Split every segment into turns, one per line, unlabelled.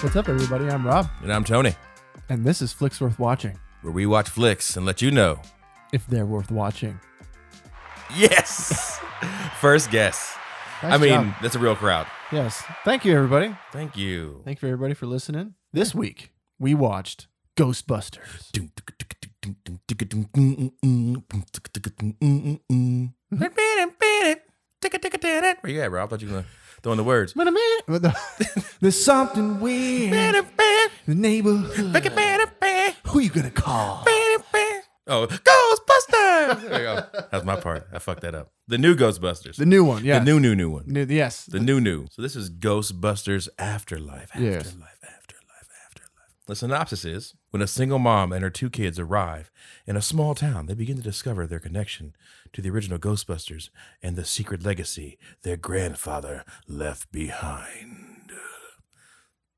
What's up, everybody? I'm Rob,
And I'm Tony,
and this is Flicks Worth Watching,
where we watch flicks and let you know.
if they're worth watching.
Yes! First guess.
Nice
I mean,
job.
that's a real crowd.
yes. Thank you, everybody.
Thank you.
Thank you, everybody, for listening. This week, we watched Ghostbusters.
Where you at, Rob? I thought you were gonna throw in the words.
Wait a minute. What the- There's something weird in the neighborhood. Who you gonna call?
Oh, Ghostbusters! There you go. That's my part. I fucked that up. The new Ghostbusters.
The new one, yeah.
The new, new, new one.
New- yes.
The new new. So this is Ghostbusters Afterlife. Afterlife,
Yes.
afterlife, afterlife. The synopsis is when a single mom and her two kids arrive in a small town, they begin to discover their connection to the original Ghostbusters and the secret legacy their grandfather left behind.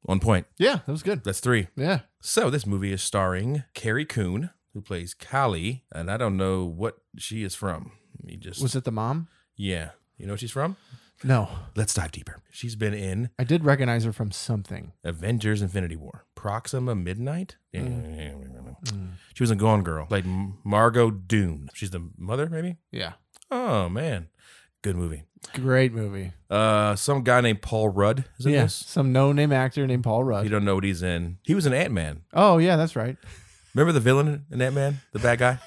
One point.
yeah, that was good.
That's three.
Yeah.
So this movie is starring Carrie Coon, who plays Callie, and I don't know what she is from. You just
Was it the mom?
Yeah. You know what she's from?
No.
Let's dive deeper. She's been in
I did recognize her from something.
Avengers Infinity War. Proxima Midnight?
Mm.
Mm. She was in Gone Girl. Played M- Margot Doon. She's the mother, maybe?
Yeah.
Oh, man. Good movie.
Great movie.
Uh, some guy named Paul Rudd is in
Yeah.
this.
Some no name actor named Paul
You
Rudd.
don't know what he's in. He was in Ant Man.
Oh, yeah, that's right.
Remember the villain in Ant Man? The bad guy?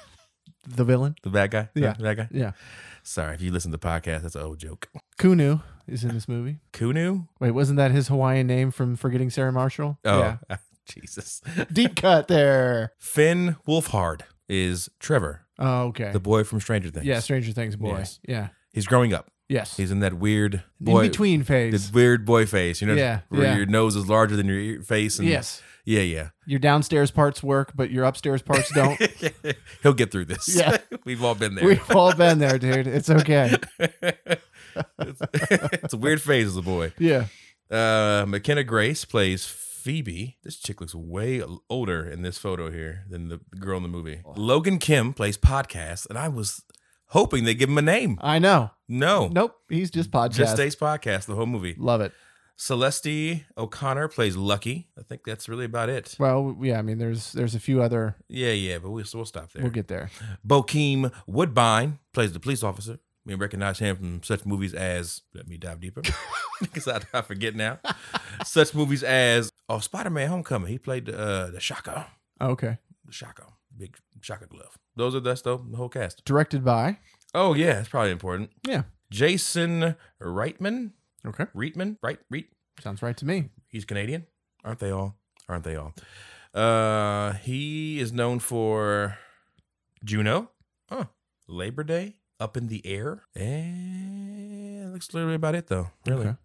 The villain.
The bad guy?
Yeah.
The bad guy?
Yeah.
Sorry, if you listen to the podcast, that's an old joke.
Kunu is in this movie.
Kunu?
Wait, wasn't that his Hawaiian name from Forgetting Sarah Marshall?
Oh, Jesus.
Deep cut there.
Finn Wolfhard is Trevor,
Oh, okay.
the boy from Stranger Things.
yeah, Stranger Things boy.
Yes.
Yeah.
He's growing up.
Yes.
He's in that weird boy
in between
this
phase.
weird boy face, you know,
Yeah,
where
yeah.
your nose is larger than your ear face. And
Yes.
yeah, yeah.
Your downstairs parts work, but your upstairs parts don't.
He'll get through this.
Yeah.
we've all been there.
We've all been there, dude. It's okay.
it's, it's a weird phase as a boy.
Yeah.
Uh, McKenna Grace plays Phoebe. This chick looks way older in this photo here than the girl in the movie. Logan Kim plays podcast, and I was hoping they give him a name.
I know.
No,
Nope. He's just podcast.
Oh. just stays podcast the whole movie.
Love it.
Celeste O'Connor plays Lucky. I think that's really about it.
Well, yeah, I mean there's there's a few other
Yeah, yeah, but we'll, we'll stop there.
we'll get there.
Bokeem Woodbine plays the police officer. We recognize him from such movies as Let Me Dive Deeper, because I, I forget now. such movies as Oh, Spider Man Homecoming. He played uh, the Shaka,
Okay.
the Shaka, big Shaka glove. Those are that's though the whole cast.
Directed by
Oh yeah, that's probably important.
Yeah.
Jason Reitman,
Okay.
Reitman, right? Reit.
Sounds right to me.
He's Canadian, aren't they all? Aren't they all? Uh, he is known for Juno, huh? Labor Day, Up in the Air, and that's literally about it, though. Really,
Okay.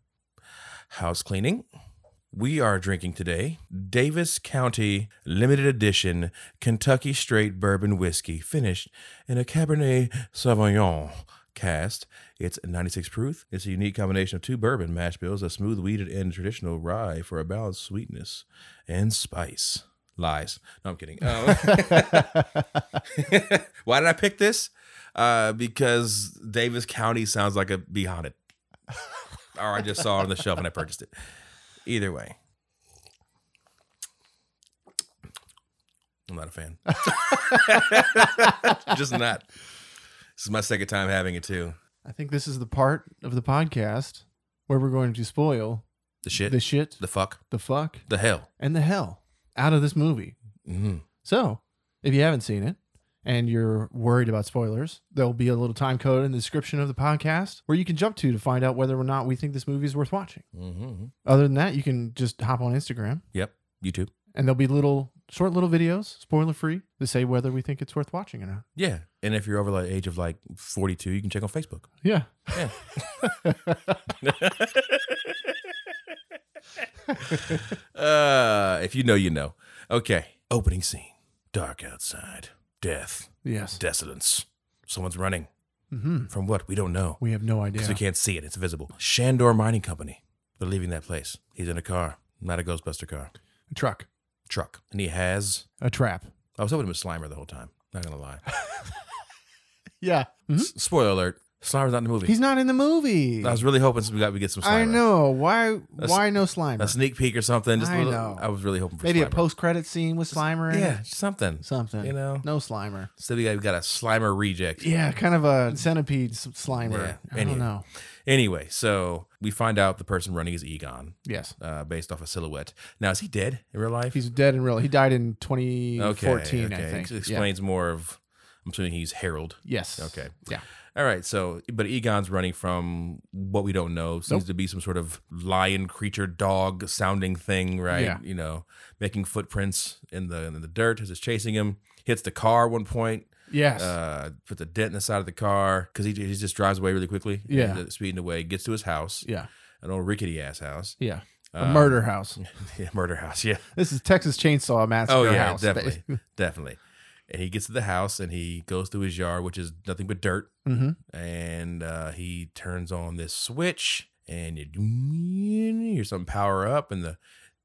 house cleaning. We are drinking today Davis County Limited Edition Kentucky Straight Bourbon Whiskey, finished in a Cabernet Sauvignon cast. It's 96 proof. It's a unique combination of two bourbon mash bills, a smooth weeded and traditional rye for a balanced sweetness and spice. Lies. No, I'm kidding. Um, why did I pick this? Uh, because Davis County sounds like a be haunted. or I just saw it on the shelf and I purchased it. Either way. I'm not a fan. just not. This is my second time having it too.
I think this is the part of the podcast where we're going to spoil
The shit,
the
the,
shit,
fuck,
the fuck,
the hell.
and the hell out of this movie.
hmm
So, if you haven't seen it and you're worried about spoilers, there'll be a little time code in the description of the podcast where you can jump to to find out whether or not we think this movie is worth watching.
hmm
Other than that, you can just hop on Instagram
Yep. YouTube.
and there'll be little short little videos, spoiler free, to say whether we think it's worth watching or not.
Yeah. And if you're over the age of like 42, you can check on Facebook.
Yeah.
Uh, if you know, you know. Okay. Opening scene. Dark outside. Death.
Yes.
Desolence. Someone's running.
hmm
From what? We don't know.
We have no idea.
Because we can't see it. It's visible. Shandor Mining Company. They're leaving that place. He's in a car. Not a Ghostbuster car.
A truck,
Truck. And he has.
a trap.
I was hoping it was Slimer the whole time. Not going to lie.
Yeah.
S- Spoiler alert. Slimer's not in the movie.
Hmm? He's not in the movie.
I was really hoping we got we get some. Slimer.
I know. Why why no Slimer?
a sneak peek or something. Just a
I
little-
know.
I was really hoping for
Maybe
Slimer.
a post credit scene with Slimer in it?
Yeah, something.
Something.
You know?
No Slimer.
So we got, we got a Slimer reject.
Yeah, kind of a centipede s- Slimer.
Yeah,
I
anyway.
don't know.
Anyway, so we find out the person running is Egon,
Yes.
uh, based off a silhouette. Now, is he dead in real life?
He's dead in real. He died in 2014, I think.
Ex-
Yeah.
Explains more of. I'm assuming he's Harold.
Yes.
Okay.
Yeah.
All right. So, but Egon's running from what we don't know. Seems to be some sort of lion creature, dog sounding thing, right?
Yeah.
You know, making footprints in the in the dirt as it's chasing him. Hits the car at one point.
Yes.
Uh, puts a dent in the side of the car because he, he just drives away really quickly.
Yeah.
Ends up speeding away, gets to his house,
yeah.
an old rickety ass house,
Yeah. A murder house.
uh, Yeah, murder house. Yeah.
This is Texas Chainsaw Massacre
Oh yeah,
house.
definitely, definitely. And he gets to the house and he goes through his yard, which is nothing but dirt.
hmm
and uh, he turns on this switch and you you hear something power up and the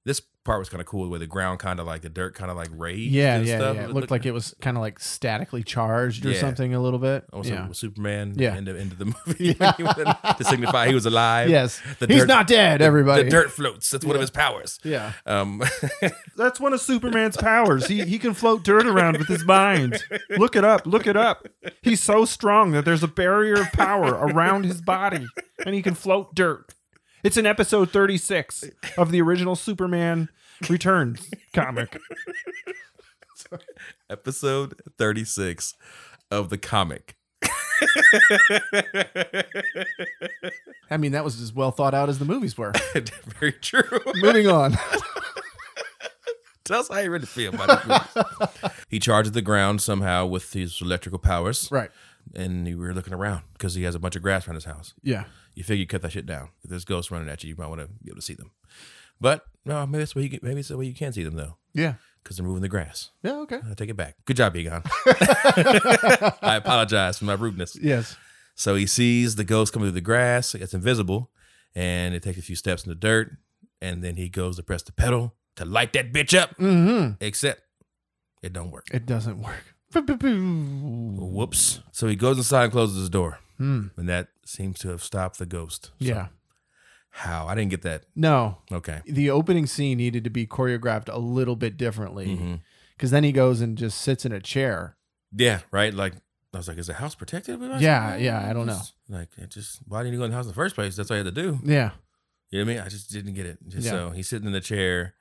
this part was kind of cool the way the ground kind of like the dirt kind of like raised
Yeah,
and
yeah,
stuff.
yeah. It looked like it was kind of like statically charged or
Yeah.
something a little bit.
also
yeah.
oh, Superman
Yeah.
end of, end of the movie
Yeah.
to signify he was alive
Yes.
the
He's
dirt-
not dead, everybody.
the dirt floats that's one of his powers
Yeah.
um
That's one of Superman's powers. He he can float dirt around with his mind. Look it up. Look it up. He's so strong that there's a barrier of power around his body and he can float dirt. It's in episode 36 of the original Superman Returns comic.
episode 36 of the comic
I mean, that was as well thought out as the movies were.
very true
Moving on.
Tell us how you really feel about it. he charges the ground somehow with his electrical powers,
Right.
and we were looking around because he has a bunch of grass around his house.
Yeah.
You figure you cut that shit down. If there's ghosts running at you, you might want to be able to see them. But no, maybe that's where you can, maybe it's the way you can see them though,
Yeah.
because they're moving the grass.
Yeah, okay.
I take it back. Good job, Egon. I apologize for my rudeness.
Yes.
So he sees the ghost coming through the grass. It's invisible, and it takes a few steps in the dirt, and then he goes to press the pedal to light that bitch up.
Mm-hmm.
Except it don't work.
It doesn't work. Boo-boo-boo.
Whoops. So he goes inside and closes his door.
Hmm.
And that seems to have stopped the ghost. So
Yeah.
How? I didn't get that.
No.
Okay.
The opening scene needed to be choreographed a little bit differently because then he goes and just sits in a chair.
Yeah, right? Like, I was like, is the house protected? by
Yeah,
something?
yeah, I don't know.
Just- Like, it just, why didn't you go in the house in the first place? That's all you had to do.
Yeah.
You know what I mean? I just didn't get it. Just
Yeah.
So he's sitting in the chair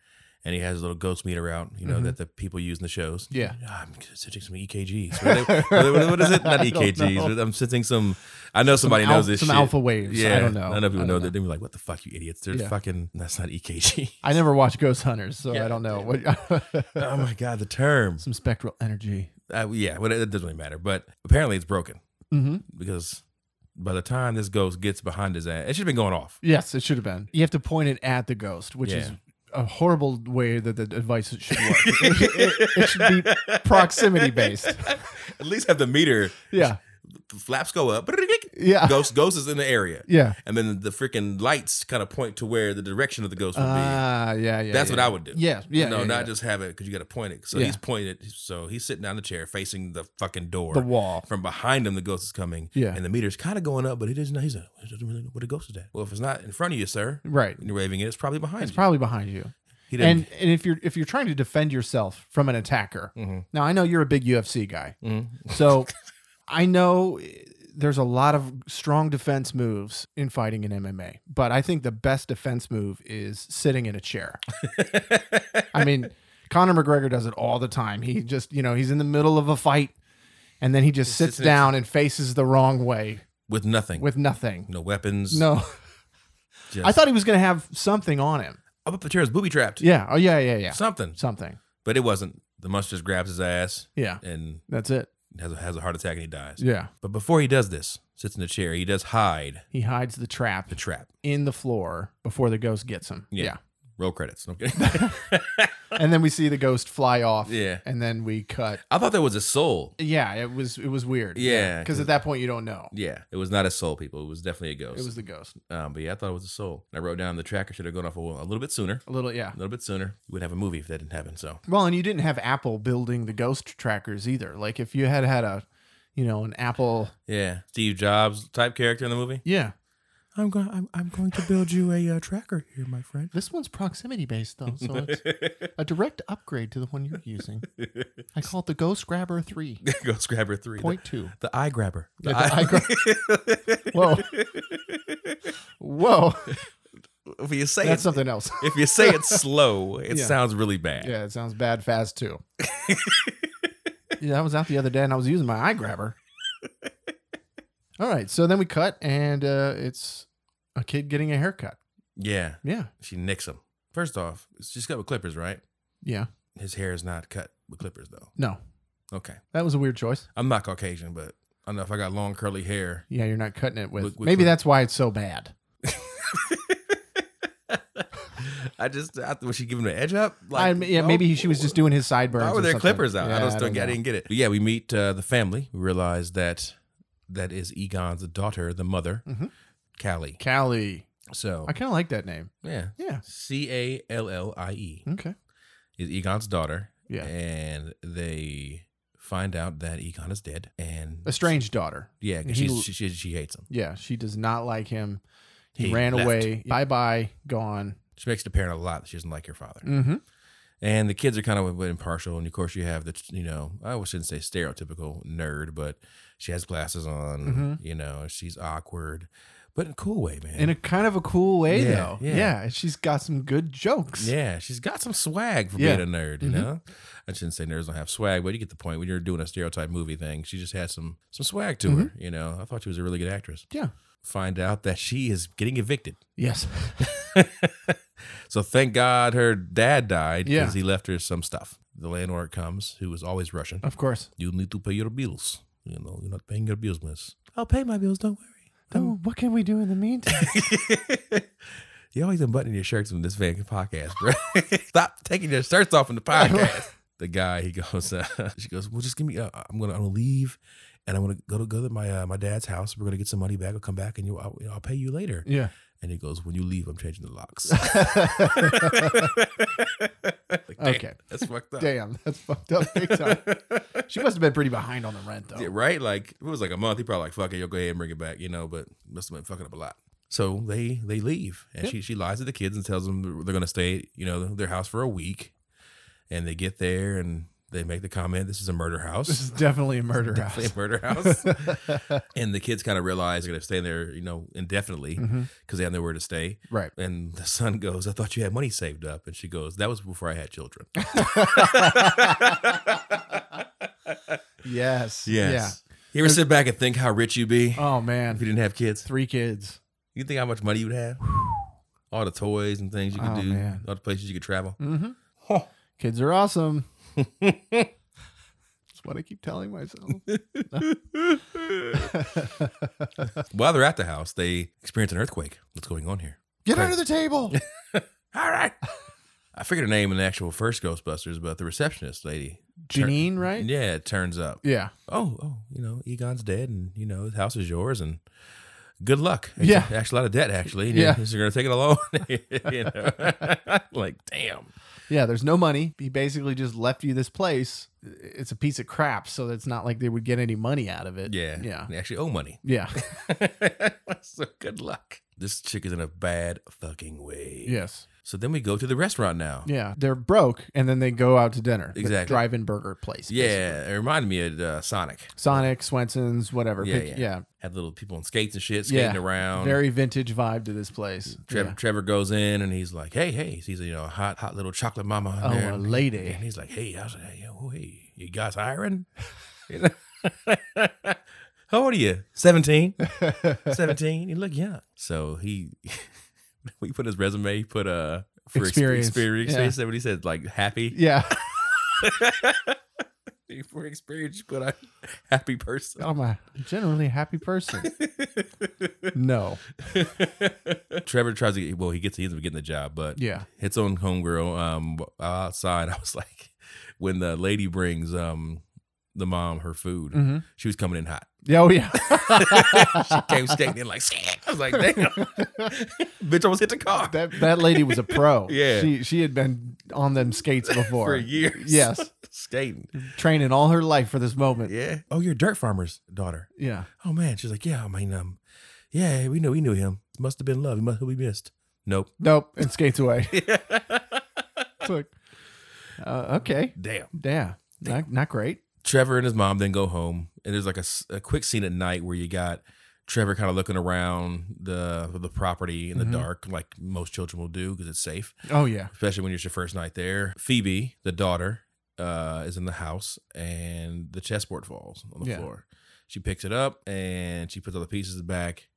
and he has a little ghost meter out, you know,
Mhm.
that the people use in the shows.
Yeah.
"Ah, I'm sensing some EKGs. What, are they- what- what is it? Not
I don't know.
EKGs. but I'm sensing some. I know somebody
Some al-
knows this
Some
shit.
alpha waves.
Yeah,
I don't know.
None of people
I
know
don't
that. They were like, "What the fuck, you idiots? They're
Yeah.
fucking. That's not E EKG."
I never watched Ghost Hunters, so
Yeah,
I don't know. What,
oh my god, the term.
some spectral energy.
Uh, yeah, well, it doesn't really matter. But apparently, it's broken
Mm-hmm.
because by the time this ghost gets behind his ass, it should have been going off.
Yes, it should have been. You have to point it at the ghost, which is
Yeah.
a horrible way that the advice should work. it, it- it should be proximity based.
At least have the meter.
Yeah.
The flaps go up.
Yeah.
Ghost, ghost is in the area,
Yeah.
and then the freaking lights kind of point to where the direction of the ghost would be.
Ah, yeah, yeah.
That's
yeah.
what I would do.
Yeah, yeah.
no,
yeah,
not
yeah.
just have it because you got to point it. So
Yeah.
he's pointed. So he's sitting down in the chair, facing the fucking door.
the wall.
from behind him, the ghost is coming.
Yeah.
And the meter's kind of going up, but he doesn't know. He's like, he doesn't really know where the ghost is at. Well, if it's not in front of you, sir,
Right.
and you're waving it, it's probably behind
It's
you.
probably behind you.
he didn't.
And and if you're if you're trying to defend yourself from an attacker.
Mhm.
Now I know you're a big UFC guy.
Mhm.
So I know eh, there's a lot of strong defense moves in fighting in MMA, but I think the best defense move is sitting in a chair. I mean, Conor McGregor does it all the time. He just, you know, he's in the middle of a fight and then he just sits
sits in a-
down and faces the wrong way
with nothing,
with nothing.
no weapons.
No.
just,
I thought he was going to have something on him.
up up the chair is booby trapped.
Yeah. Oh yeah, yeah, yeah.
Something,
Something.
but it wasn't. The monster just grabs his ass
Yeah.
and
That's it.
has a, has a heart attack and he dies.
Yeah.
But before he does this, sits in the chair. He does hide
He hides the trap
the trap.
in the floor before the ghost gets him.
Yeah.
Yeah.
Roll credits. Okay.
And then we see the ghost fly off.
Yeah.
And then we cut.
I thought there was a soul.
Yeah, it was it was weird.
Yeah,
Because
'cause-
at that point you don't know.
Yeah, it was not a soul, people. It was definitely a ghost.
It was the ghost.
um, but yeah, I thought it was a soul. And I wrote down the tracker should have gone off a, a little bit sooner.
A little yeah.
a little bit sooner. You wouldn't have a movie if that didn't happen. So
Well, and you didn't have Apple building the ghost trackers either. Like if you had had a you know, an Apple.
Yeah, Steve Jobs type character in the movie.
Yeah.
I'm going. I'm, I'm going to build you a uh, tracker here, my friend.
This one's proximity based, though. So it's a direct upgrade to the one you're using. I call it the Ghost Grabber 3.2.
Ghost Grabber three. The, the eye grabber. The
Yeah, the
eye,
eye Whoa. Whoa.
if you say
That's
it,
something else.
if you say it slow, it
Yeah.
sounds really bad.
Yeah, it sounds bad fast too. yeah, I was out the other day and I was using my eye grabber. All right, so then we cut and uh, it's a kid getting a haircut.
Yeah,
Yeah,
she nicks him. First off, she's cut with clippers, right?
yeah.
His hair is not cut with clippers, though.
No,
Okay,
that was a weird choice.
I'm not Caucasian, but I don't know if I got long curly hair.
Yeah, you're not cutting it with.
Look, look,
Maybe
look.
that's why it's so bad.
I just I, was she giving him an edge up?
I mean, yeah, maybe he- she was just doing his sideburns.
Why were
or
there
something.
clippers out? I
Yeah,
just don't, I
know.
didn't get it. But yeah, we meet uh, the family. We realize that that is Egon's daughter, the mother,
Mhm.
Callie.
Callie.
So
I kind of like that name.
yeah,
Yeah.
C A L L I E
Okay.
is Egon's daughter.
Yeah.
and they find out that Egon is dead. And
Estranged daughter.
Yeah, 'cause
He-
she's- she, she she hates him.
Yeah, she does not like him. He,
He
ran
left.
away. Bye bye. Gone.
She makes it apparent a lot that she doesn't like her father.
Mm-hmm.
And the kids are kind of impartial. And of course, you have the you know I shouldn't say stereotypical nerd, but she has glasses on.
Mhm.
You know, she's awkward, but in a cool way, man.
in a kind of a cool way
Yeah,
though.
yeah.
Yeah. and she's got some good jokes.
Yeah, she's got some swag for
Yeah.
being a nerd, you
Mhm.
know. I shouldn't say nerds don't have swag, but you get the point. When you're doing a stereotype movie thing, she just had some some swag to
Mm-hmm.
her, you know. I thought she was a really good actress.
Yeah.
Find out that she is getting evicted.
Yes.
So thank God her dad died
Yeah.
because he left her some stuff. The landlord comes, who is always Russian.
Of course.
You need to pay your bills. You know, you're not paying your bills, miss. I'll pay my bills. Don't worry.
Oh, what can we do in the meantime?
you always unbuttoning your shirts in this fucking podcast, bro. Stop taking your shirts off in the podcast. the guy, he goes, uh, she goes, well, just give me. Uh, I'm gonna, I'm gonna leave, and I'm gonna go to go to my uh, my dad's house. We're gonna get some money back. I'll come back, and you, I'll, I'll pay you later.
yeah.
And he goes, when you leave, I'm changing the locks. Like, damn,
Okay.
that's fucked up.
Damn, that's fucked up big time. she must have been pretty behind on the rent though.
Yeah, right? Like if it was like a month, he probably like, fuck it, yo, go ahead and bring it back, you know, but must have been fucking up a lot. So they they leave. And
Yep.
she she lies to the kids and tells them they're gonna stay, at, you know, their house for a week. And they get there and they make the comment, this is a murder
This
house.
is definitely a murder
Definitely
house.
a murder house. and the kids kind of realize they're gonna stay there, you know, indefinitely because
Mhm.
they have nowhere to stay.
Right.
And the son goes, I thought you had money saved up. And she goes, That was before I had children.
Yes.
Yes. You ever sit back and think how rich you'd be
Yeah. Oh
if you
man.
didn't have kids?
Three kids.
You think how much money you'd have? all the toys and things you could
Oh,
do,
man.
all the places you could travel.
Mm-hmm.
Huh.
Kids are awesome. That's what I keep telling myself.
While they're at the house, they experience an earthquake. What's going on here?
Get
Right.
under the table.
All right. I figured her name in the actual first Ghostbusters, but the receptionist lady,
Janine, right?
yeah, it turns up.
Yeah.
Oh, oh, you know, Egon's dead, and you know his house is yours, and good luck. It's
Yeah.
actually a lot of debt. Actually,
Yeah.
you're gonna take it alone. you know? like damn.
Yeah, there's no money. He basically just left you this place. It's a piece of crap, so it's not like they would get any money out of it.
Yeah,
Yeah.
They actually owe money.
Yeah.
so good luck. This chick is in a bad fucking way.
yes.
So then we go to the restaurant now.
Yeah. They're broke and then they go out to dinner. The
Exactly.
Drive-in burger place. basically.
Yeah, it reminded me of uh, Sonic.
Sonic, Swenson's, whatever.
Yeah,
Pick-
yeah. Had little people on skates and shit
Yeah.
skating around.
Very vintage vibe to this place.
Trevor, Trevor goes in and he's like, "Hey, hey!" He's you know a hot, hot little chocolate mama. in
Yeah.
there.
Oh, a lady.
And he's like, "Hey, I was like, hey, oh, hey, you guys hiring?" You know? How old are you? Seventeen. Seventeen. You look young. So he, we put his resume. He put uh for ex-
Experience.
experience.
Yeah.
He said what he said, like happy.
yeah.
For experience, you put a happy person.
I'm a generally happy person. no.
Trevor tries to get. Well, he gets. He ends up getting the job, but
Yeah.
hits on homegirl. Um, outside, I was like, when the lady brings um the mom her food,
hmm
she was coming in hot.
Yeah, oh yeah.
she came skating like, I was like, damn. Bitch almost hit the car
that that lady was a pro.
Yeah.
she she had been on them skates before.
for years.
Yes,
skating.
training all her life for this moment. Yeah.
Yeah. Oh, you're a dirt farmer's daughter. Oh man, she's like, yeah. I mean, um, yeah, we knew we knew him. Must have been love. He must who we missed. Nope.
Nope. And skates away. It's like, uh, okay.
Damn.
Yeah. Not, not great.
Trevor and his mom then go home, and there's like a, s- a quick scene at night where you got Trevor kind of looking around the the property in the
Mhm.
dark, like most children will do because it's safe,
Oh yeah.
especially when it's your first night there. Phoebe, the daughter, uh, is in the house, and the chessboard falls on the
Yeah.
floor. She picks it up and she puts all the pieces back,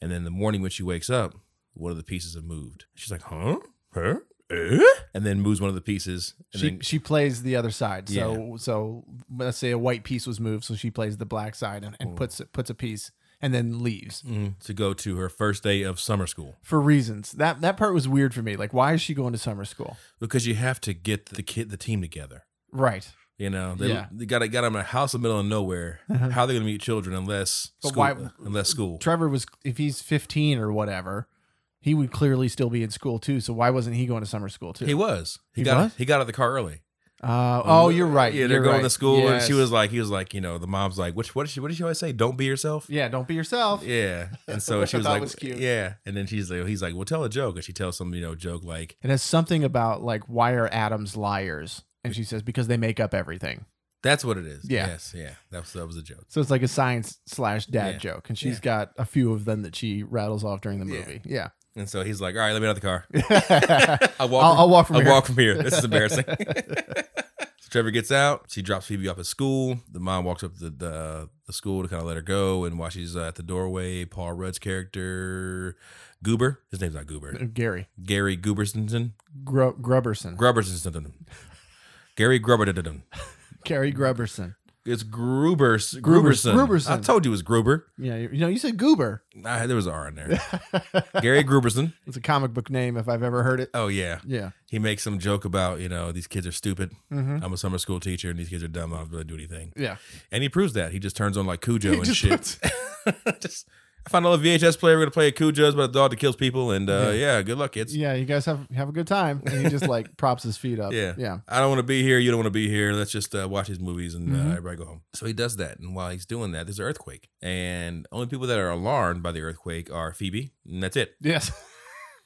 and then in the morning when she wakes up, one of the pieces have moved. She's like, "Huh? Huh? Eh?" And then moves one of the pieces. And
She
then,
she plays the other side. So so let's say a white piece was moved, so she plays the black side and, and puts puts a piece and then leaves
Mm, to go to her first day of summer school.
for reasons. That that part was weird for me. Like, why is she going to summer school?
because you have to get the kid the team together.
Right.
You know, they,
Yeah. Uh-huh.
they got got them in a house in the middle of nowhere. How are they going to meet children unless
But
school,
why-
unless school?
Trevor was if he's 15 or whatever, he would clearly still be in school too. So why wasn't he going to summer school too?
He was. He,
He
got
was?
he got out of the car early.
Uh, oh, you're right.
Yeah, they're
You're
going
right.
to school, and
Yes.
she was like, he was like, you know, the mom's like, which what did she what did she always say? Don't be yourself.
yeah, don't be yourself.
Yeah, and so
Which
she
I
was
thought
like,
was cute.
yeah, and then she's like, he's like, well, tell a joke, and she tells some you know joke like
It has something about like why are atoms liars, and she says because they make up everything.
that's what it is.
Yeah.
Yes, yeah, that was that was a joke.
So it's like a science slash dad
Yeah.
joke, and she's
Yeah.
got a few of them that she rattles off during the
Yeah.
movie. Yeah,
And so he's like, all right, let me out of the car. I walk.
I'll, I'll walk from
I
here.
walk from here. This is embarrassing. so Trevor gets out. She drops Phoebe off at school. The mom walks up to the the school to kind of let her go. And while she's uh, at the doorway, Paul Rudd's character, Goober, his name's not Goober,
Uh, Gary
Gary Goobersonson,
Gru- Gruberson,
Gruberson, Gary Gruber.
Gary Gruberson.
It's Gruber
Gruberson.
Gruberson. I
Gruberson.
told you it was Gruber.
Yeah, you, you know, you said Goober.
Nah, there was an R in there. Gary Gruberson.
It's a comic book name if I've ever heard it.
Oh yeah,
Yeah.
he makes some joke about you know these kids are stupid.
Mm-hmm.
I'm a summer school teacher and these kids are dumb. I don't really do anything.
Yeah.
And he proves that. He just turns on like Cujo
He
and
just
shit.
puts-
just I found another VHS player. We're gonna play a Cujo's about a dog that kills people. And uh, yeah.
Yeah.
good luck, kids.
Yeah, you guys have have a good time. And he just like props his feet up.
Yeah.
Yeah.
I don't want to be here. You don't want to be here. Let's just uh, watch these movies and uh,
Mhm.
everybody go home. So he does that, and while he's doing that, there's an earthquake, and only people that are alarmed by the earthquake are Phoebe, and that's it.
Yes.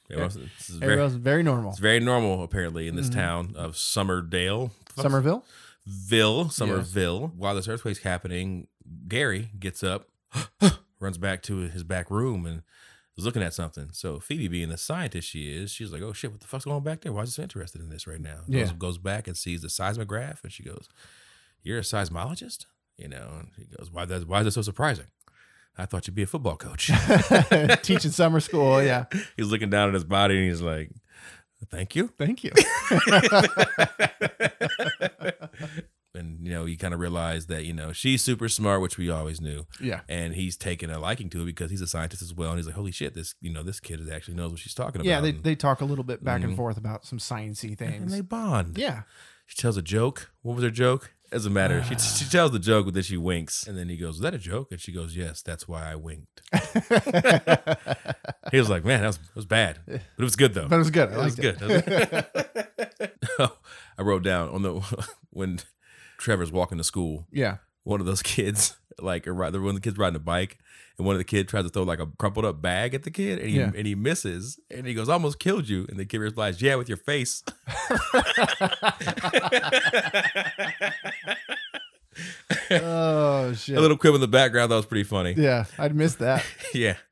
Everyone else- This is very,
Everyone's very normal.
it's very normal apparently in this
Mhm.
town of Summerdale,
Somerville?
Ville, Somerville. While this earthquake's happening, Gary gets up, runs back to his back room, and is looking at something. So Phoebe, being the scientist she is, she's like, "Oh shit, what the fuck's going on back there? Why is it so interested in this right now?"
Yeah.
Goes, goes back and sees the seismograph, and she goes, "You're a seismologist." You know, and he goes, "Why that? Why is that so surprising? I thought you'd be a football coach."
Teaching summer school. Yeah.
he's looking down at his body, and he's like, "Thank you."
Thank you.
and you know, you kind of realize that you know she's super smart, which we always knew.
Yeah.
and he's taken a liking to it because he's a scientist as well. And he's like, "Holy shit, this you know this kid is actually knows what she's talking about."
Yeah. They,
And-
they talk a little bit back
Mhm.
and forth about some sciencey
um, and
things.
they bond.
yeah.
She tells a joke. What was her joke? Doesn't matter. She, she tells the joke, but then she winks, and then he goes, "Is that a joke?" And she goes, "Yes, that's why I winked." he was like, "Man, that was, that was bad, but it was good though.
But it was good. I
That was
liked it.
good." I wrote down on the when Trevor's walking to school.
Yeah.
one of those kids like a ride, one of the kids riding a bike and one of the kid tries to throw like a crumpled up bag at the kid and he,
Yeah.
and he misses and he goes "I almost killed you and the kid replies yeah with your face
Oh, shit.
a little quib in the background that was pretty funny yeah,
yeah. I'd miss that.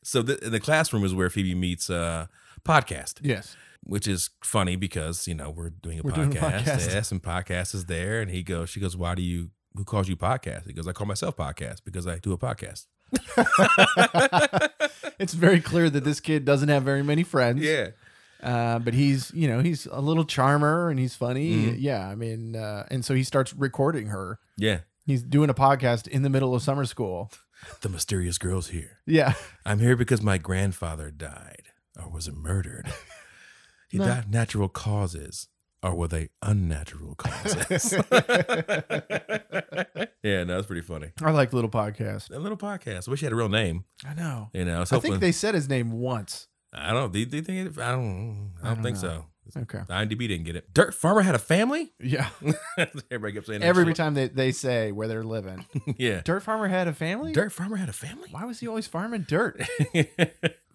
so th- in the classroom is where phoebe meets uh podcast
Yes.
which is funny because you know we're doing a
We're
podcast,
doing a podcast.
yes and podcast is there and he goes she goes why do you who calls you podcast he goes i call myself podcast because i do a podcast
It's very clear that this kid doesn't have very many friends.
yeah
Uh, but he's, you know, he's a little charmer and he's funny.
Mhm.
Yeah. I mean, uh, and so he starts recording her.
yeah
He's doing a podcast in the middle of summer school.
the mysterious girl's here
Yeah.
I'm here because my grandfather died or was murdered. He
No.
died of natural causes. or were they unnatural causes? yeah, no, that's pretty funny.
I like little podcast.
That little podcast. I wish he had a real name.
I know.
You know, I was
I
hoping.
think they said his name once.
I don't. Do you, do you think? It, I don't. I don't,
I don't
think
know.
so.
Okay.
The IMDb didn't get it. Dirt farmer had a family.
Yeah.
Everybody kept saying that
Every
shit.
time they, they say where they're living,
yeah.
dirt farmer had a family.
Dirt farmer had a family.
Why was he always farming dirt?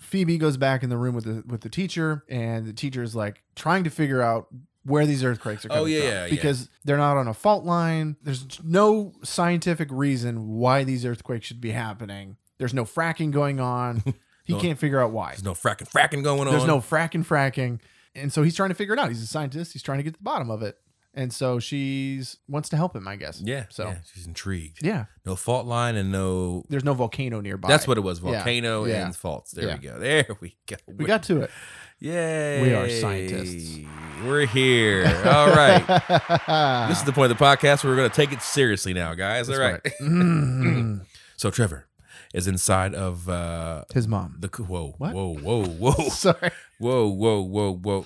Phoebe goes back in the room with the with the teacher, and the teacher is like trying to figure out where these earthquakes are
Oh,
coming
yeah,
from
yeah, yeah.
because they're not on a fault line. There's no scientific reason why these earthquakes should be happening. There's no fracking going on. He
No.
can't figure out why.
There's no fracking fracking going on.
There's no fracking, fracking. And so he's trying to figure it out. He's a scientist. He's trying to get to the bottom of it. And so she's wants to help him, I guess.
Yeah.
So-
yeah, she's intrigued.
Yeah.
No fault line and no.
There's no volcano nearby.
That's what it was.
Yeah,
Volcano
yeah.
and faults. There
Yeah.
we go. There we go.
we got to it.
Yay.
are scientists.
We're here. All right.
right.
This is the point of the podcast where we're going to take it seriously now, guys. All right.
Mm-hmm.
So Trevor is inside of uh
His mom.
the coo- whoa
What?
whoa whoa whoa
Sorry.
whoa whoa whoa whoa.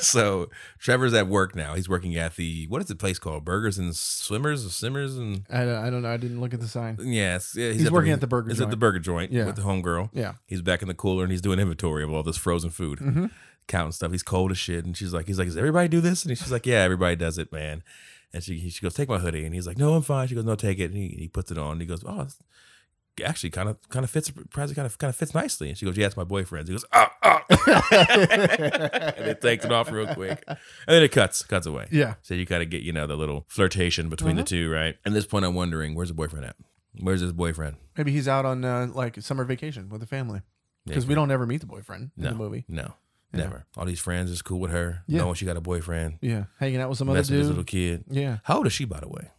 so Trevor's at work now. He's working at the what is the place called? Burgers and Swimmers or Simmers and
I don't, I don't know. I didn't look at the sign.
yes, yeah,
He's working at the burger
He's at
joint.
the burger joint
Yeah.
with the homegirl.
Yeah. Mm-hmm.
He's back in the cooler and he's doing inventory of all this frozen food,
Mm.
counting stuff. He's cold as shit, and she's like, he's like, does everybody do this? And she's like, yeah, everybody does it, man. And she she goes, take my hoodie, and he's like, no, I'm fine. She goes, no, take it, and he, he puts it on. And he goes, oh, it's actually kind of kind of fits, kind of kind of fits nicely. And she goes, yeah, it's my boyfriend's. He goes, oh, oh, and it takes it off real quick, and then it cuts cuts away.
Yeah. Uh-huh.
So you kind of get you know the little flirtation between the two, right? At this point, I'm wondering, where's the boyfriend at? Where's his boyfriend?
Maybe he's out on uh, like summer vacation with the family because we don't ever meet the boyfriend in
no,
the movie.
No,
Yeah.
never. All these friends is cool with her,
Yeah.
knowing she got a boyfriend,
Yeah. Hanging out with some other
messing with this little
dude.
kid.
Yeah.
How old is she, by the way?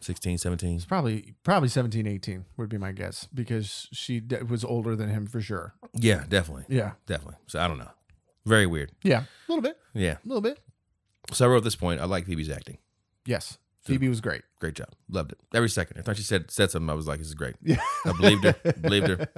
16, 17?
It's probably probably 17, 18 would be my guess because she d- was older than him for sure.
Yeah, definitely.
Yeah.
Definitely. So I don't know. Very weird.
Yeah. A little bit.
Yeah.
A little bit.
So I wrote this point. I like Phoebe's acting.
Yes. Phoebe was great.
Great job. Loved it. Every second. I thought she said said something. I was like, this is great.
Yeah.
I believed her. believed her.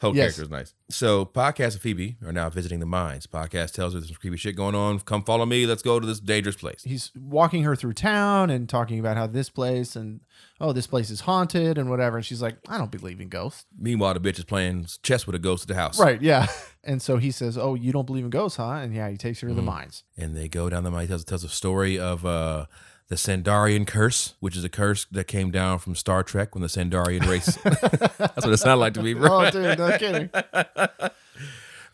Whole
Yes.
character was nice. So podcast and Phoebe are now visiting the mines. Podcast tells her there's some creepy shit going on. Come follow me. Let's go to this dangerous place.
He's walking her through town and talking about how this place and oh this place is haunted and whatever. And she's like, I don't believe in ghosts.
Meanwhile, the bitch is playing chess with a ghost at the house.
Right. Yeah. And so he says, Oh, you don't believe in ghosts, huh? And yeah, he takes her to the mines.
and they go down the mine. He tells, tells a story of uh, the Sandarian curse, which is a curse that came down from Star Trek when the Sandarian race. That's what it sounded like to me, bro.
Oh, dude, no kidding.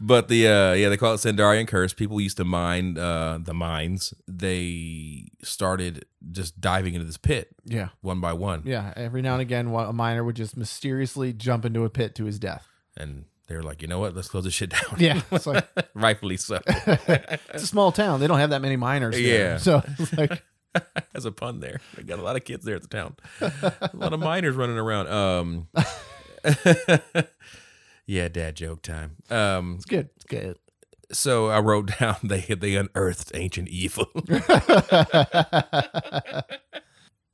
But the uh, yeah, they call it Sandarian curse. People used to mine uh, the mines. They started just diving into this pit
Yeah.
one by one,
Yeah. Every now and again, one- a miner would just mysteriously jump into a pit to his death.
and they were like, you know what? Let's close this shit down.
Yeah. It's like,
Rightfully so.
it's a small town. They don't have that many miners. there.
Yeah.
So it's like,
That's a pun there. I got a lot of kids there at the town. a lot of minors running around. Um Yeah, dad joke time. Um
it's good. It's good.
so I wrote down they they unearthed ancient evil.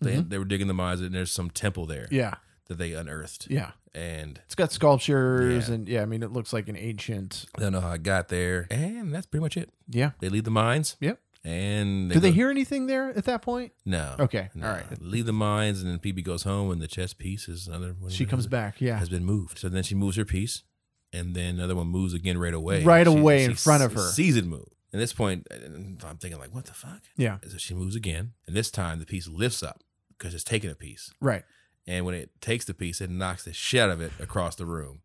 they, they were digging the mines and there's some temple there
Mm-hmm. Yeah.
that they unearthed.
Yeah.
And
It's got sculptures
Yeah.
and yeah, I mean, it looks like an ancient.
I don't know how I got there. And that's pretty much it.
Yeah.
They leave the mines.
Yep.
And
Do they
go-
hear anything there at that point?
No.
Okay.
No.
All right.
Leave the mines and then Phoebe goes home and the chess piece is another one.
She comes back. Yeah.
has been moved. So then she moves her piece, and then another one moves again right away.
Right
She-
away
she
in front of
s-
her.
Sees it move. At this point, and I'm thinking like, what the fuck?
Yeah.
So she moves again, and this time the piece lifts up because it's taking a piece,
Right.
and when it takes the piece, it knocks the shit out of it across the room,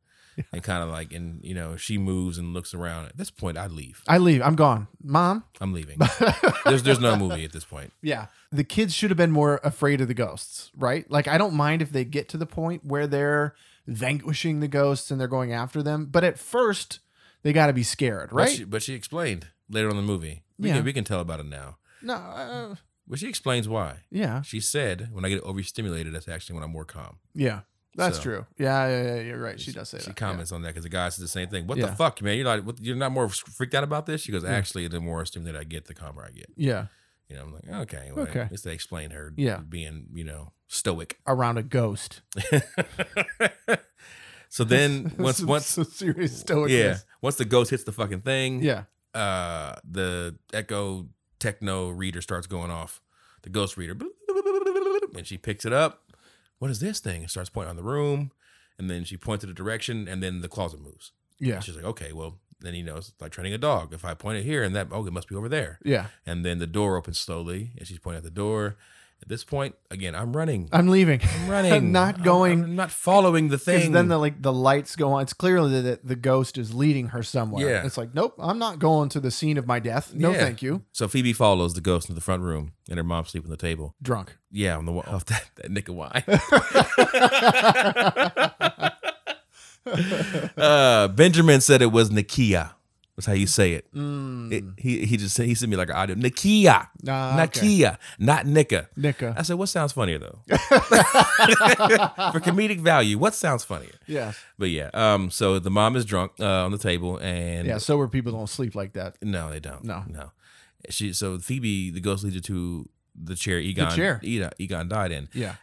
and kind of like, and you know, she moves and looks around. At this point, I leave.
I leave. I'm gone. Mom.
I'm leaving. there's there's no movie at this point.
Yeah. The kids should have been more afraid of the ghosts, right? Like, I don't mind if they get to the point where they're vanquishing the ghosts and they're going after them. But at first, they got to be scared,
But
right?
she, but she explained later on in the movie. We
Yeah.
can we can tell about it now.
no. Uh,
But she explains why.
yeah.
She said, "When I get overstimulated, that's actually when I'm more calm."
Yeah. That's
So-
true. Yeah, yeah, yeah, You're right. She does say
she
that.
comments on that because the guy says the same thing. What
Yeah. Mm.
the fuck, man? You're not what, you're not more freaked out about this? She goes, actually, the more stimulated I get, the calmer I get.
Yeah. yeah.
You know, I'm like, okay, well,
Okay.
At least they explain her,
Yeah.
being you know stoic.
Around a ghost.
So then once
Some-
once
some serious stoic.
yeah, once the ghost hits the fucking thing,
yeah.
uh the echo techno reader starts going off. The ghost reader and she picks it up. What is this thing? It starts pointing on the room and then she points at a direction and then the closet moves.
Yeah.
She's like, "Okay, well, then he knows it's like training a dog. If I point it here and that oh, it must be over there."
Yeah.
And then the door opens slowly and she's pointing at the door. At this point, again, I'm running.
I'm leaving.
I'm running.
I'm not
I'm-
going-
I'm not following the
Because
thing.
then the like the lights go on. It's clearly that the ghost is leading her somewhere.
Yeah.
It's like, nope, I'm not going to the scene of my death. No,
Yeah.
thank you.
so Phoebe follows the ghost into the front room, and her mom's sleeping on the table.
Drunk.
Yeah, on the wall. off that, that nick of wine. uh, Benjamin said it was Nakia. That's how you say it.
Mm.
It- he he just said, he sent me like an audio Nakia,
Ah, okay.
Nakia, not Nika. I
Nika.
said, what sounds funnier though? For comedic value, what sounds funnier?
Yeah.
But yeah, um, so the mom is drunk uh, on the table, and
Yeah. Sober people don't sleep like that.
no, they don't.
No.
no. She so Phoebe, the ghost, leads her to the chair Egon
chair.
Egon, Egon died in.
Yeah.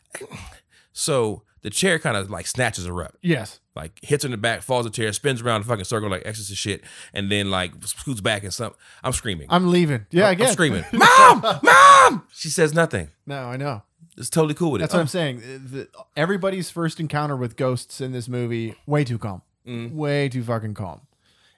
So the chair kind of like snatches her up,
Yes.
like hits her in the back, falls the chair, spins around in a fucking circle like exorcist shit, and then like scoots back and something. I'm screaming.
I'm leaving. Yeah, I
Oh, I'm
guess.
screaming, mom, mom. She says nothing.
No, I know.
It's totally cool with
That's
it. oh.
what I'm saying. The- everybody's first encounter with ghosts in this movie way too calm,
Mm.
way too fucking calm.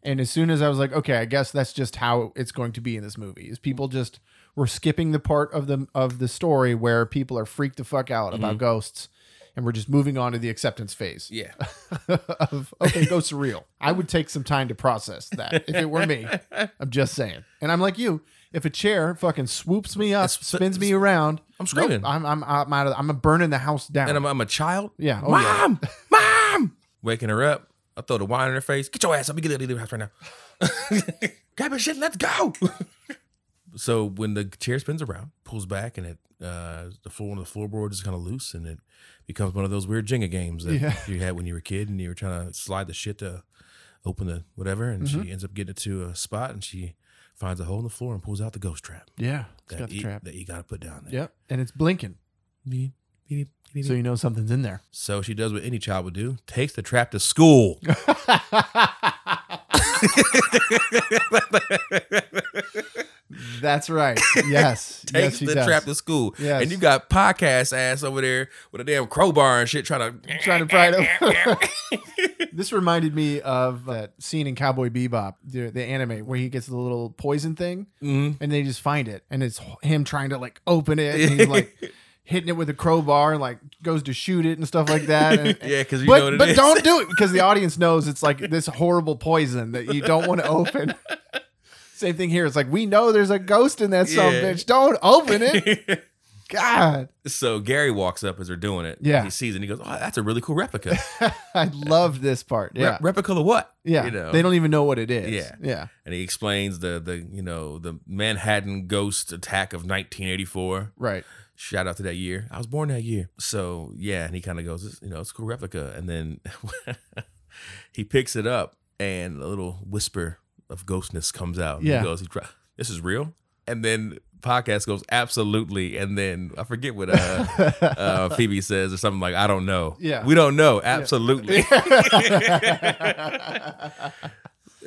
And as soon as I was like, okay, I guess that's just how it's going to be in this movie. Is people just we're skipping the part of the of the story where people are freaked the fuck out about ghosts, and we're just moving on to the acceptance phase
Mm-hmm. yeah.
of okay, ghosts are real. I would take some time to process that if it were me. I'm just saying. And I'm like you. If a chair fucking swoops me up,
It's-
spins me around,
I'm screaming.
Nope, I'm I'm I'm out of, I'm burning the house down.
and I'm, I'm a child.
Yeah. Oh, yeah.
mom, mom, waking her up. I throw the wine in her face. Get your ass up. You get out of the house right now. Grab your shit. Let's go. so when the chair spins around, pulls back, and it uh, the floor one of the floorboards is kind of loose, and it becomes one of those weird Jenga games that
Yeah.
you had when you were a kid, and you were trying to slide the shit to open the whatever, and
Mm-hmm.
she ends up getting it to a spot, and she finds a hole in the floor and pulls out the ghost trap
yeah. It's
that,
got the
you-
trap.
that you got to put down there.
Yep. And it's blinking,
Beep, beep, beep,
so you know something's in there.
so she does what any child would do: takes the trap to school.
That's right. Yes. yes,
takes
she
the
does.
trap to school.
Yes.
And you got podcast ass over there with a damn crowbar and shit trying to
Trying to pry it open. this reminded me of uh, that scene in Cowboy Bebop, the, the anime, where he gets the little poison thing,
Mhm.
and they just find it, and it's him trying to like open it, and he's like hitting it with a crowbar, and like goes to shoot it and stuff like that. And,
Yeah, 'cause you
but,
know what it
but
is.
don't do it because the audience knows it's like this horrible poison that you don't want to open. Same thing here. It's like we know there's a ghost in that son of a
Yeah.
bitch. Don't open it. God,
so Gary walks up as they're doing it.
Yeah.
He sees it and he goes, Oh, that's a really cool replica.
I love this part. Yeah,
Re- replica of what?
yeah.
You know.
They don't even know what it is.
Yeah.
yeah.
and he explains the the you know the Manhattan ghost attack of 1984.
Right.
Shout out to that year. I was born that year. So yeah, and he kind of goes, "This- you know, it's a cool replica. And then he picks it up and a little whisper of ghostness comes out.
Yeah.
He goes, he try, this is real. And then podcast goes, absolutely. And then I forget what uh, uh, Phoebe says or something like, I don't know.
Yeah.
We don't know. Absolutely.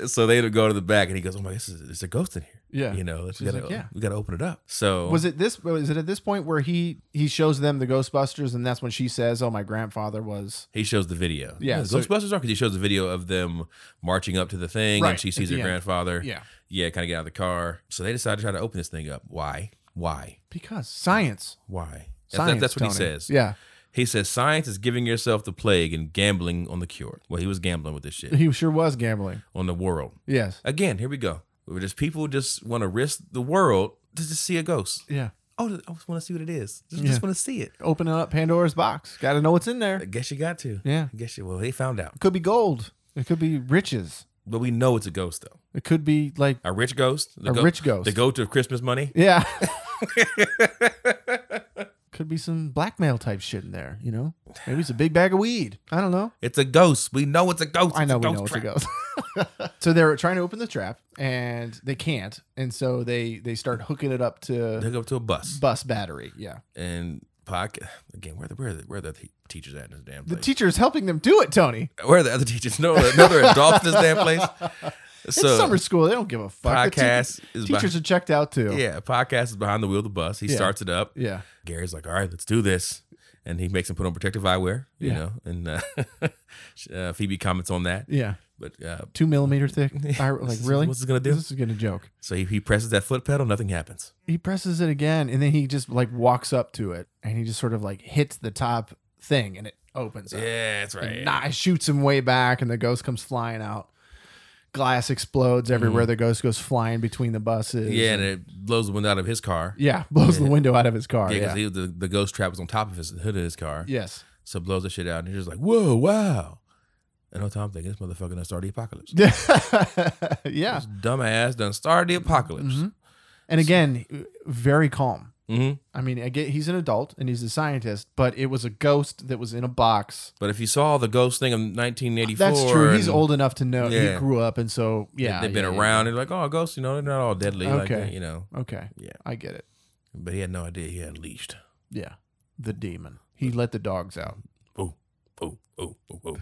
so they go to the back and he goes, oh my, this is, there's a ghost in here.
Yeah.
You know, we
She's
gotta,
like, "Yeah."
we gotta open it up. So
Was it this? Is it at this point where he he shows them the Ghostbusters, and that's when she says, "Oh, my grandfather was."
He shows the video.
Yeah, so-
Ghostbusters are because he shows the video of them marching up to the thing,
Right,
and she
at
sees
the
her
end.
grandfather.
Yeah.
yeah, kind of get out of the car. So they decide to try to open this thing up. Why? Why?
Because science,
Why? That's,
science.
that's what he
Tony.
says.
Yeah,
He says science is giving yourself the plague and gambling on the cure. Well, he was gambling with this shit
he sure was gambling.
on the world.
Yes.
Again, here we go. We're just people just want to risk the world to just see a ghost.
Yeah.
Oh, I just want to see what it is. Just,
Yeah.
just want to see it.
Opening up Pandora's box. Got to know what's in
I
there.
guess you got to.
Yeah.
I guess you. Well, they found out,
It could be gold. It could be riches.
but we know it's a ghost though.
It could be like
A rich ghost. The
A rich ghost.
The goat of Christmas money.
yeah. could be some blackmail type shit in there. You know, maybe it's a big bag of weed. I don't know.
It's a ghost. We know it's a ghost.
I know
it's
we
a
know it's a
trap.
ghost. so they're trying to open the trap and they can't, and so they they start hooking it up to
They go up to a bus
bus battery. Yeah,
and podcast again. Where the where are the, where are the te- teachers at in this damn
The
place?
teacher is helping them do it, Tony.
where are the other teachers? No, no, they're adults in this damn place. So
it's summer school. They don't give a fuck. The
podcast is
teachers are checked out too.
behind, yeah, podcast is behind the wheel of the bus. He
Yeah.
starts it up.
Yeah.
Gary's like, all right, let's do this. And he makes him put on protective eyewear, you
Yeah.
know. And uh, uh, Phoebe comments on that,
Yeah.
but uh,
Two millimeter thick.
Yeah.
I- like really?
What's this gonna do?
This is gonna joke.
so he, he presses that foot pedal, nothing happens.
He presses it again, and then he just like walks up to it, and he just sort of like hits the top thing, and it opens. Up.
Yeah, that's right.
And nah, shoots him way back, and the ghost comes flying out. Glass explodes everywhere. The ghost goes flying between the buses.
Mm. yeah, and
and-
it blows the wind out of his car.
yeah, blows
Yeah.
the window out of his car.
Yeah,
Yeah.
because the, the ghost trap was on top of his the hood of his car.
yes.
So blows the shit out, and he's just like, "Whoa, wow!" And all the time I'm thinking, this motherfucker done started the apocalypse.
yeah.
This dumbass done started the apocalypse.
Mhm. And again, very calm.
Mhm.
I mean, again, he's an adult and he's a scientist, but it was a ghost that was in a box.
But if you saw the ghost thing of 1984,
That's true. He's
and
old enough to know.
Yeah.
He grew up, and so yeah,
they've
yeah,
been
yeah.
around. They're like, "Oh, ghosts, you know, they're not all deadly."
Okay.
Like, you know,
Okay,
Yeah.
I get it.
but he had no idea he had unleashed.
Yeah, the demon. He let the dogs out.
Oh, oh, oh, oh, oh.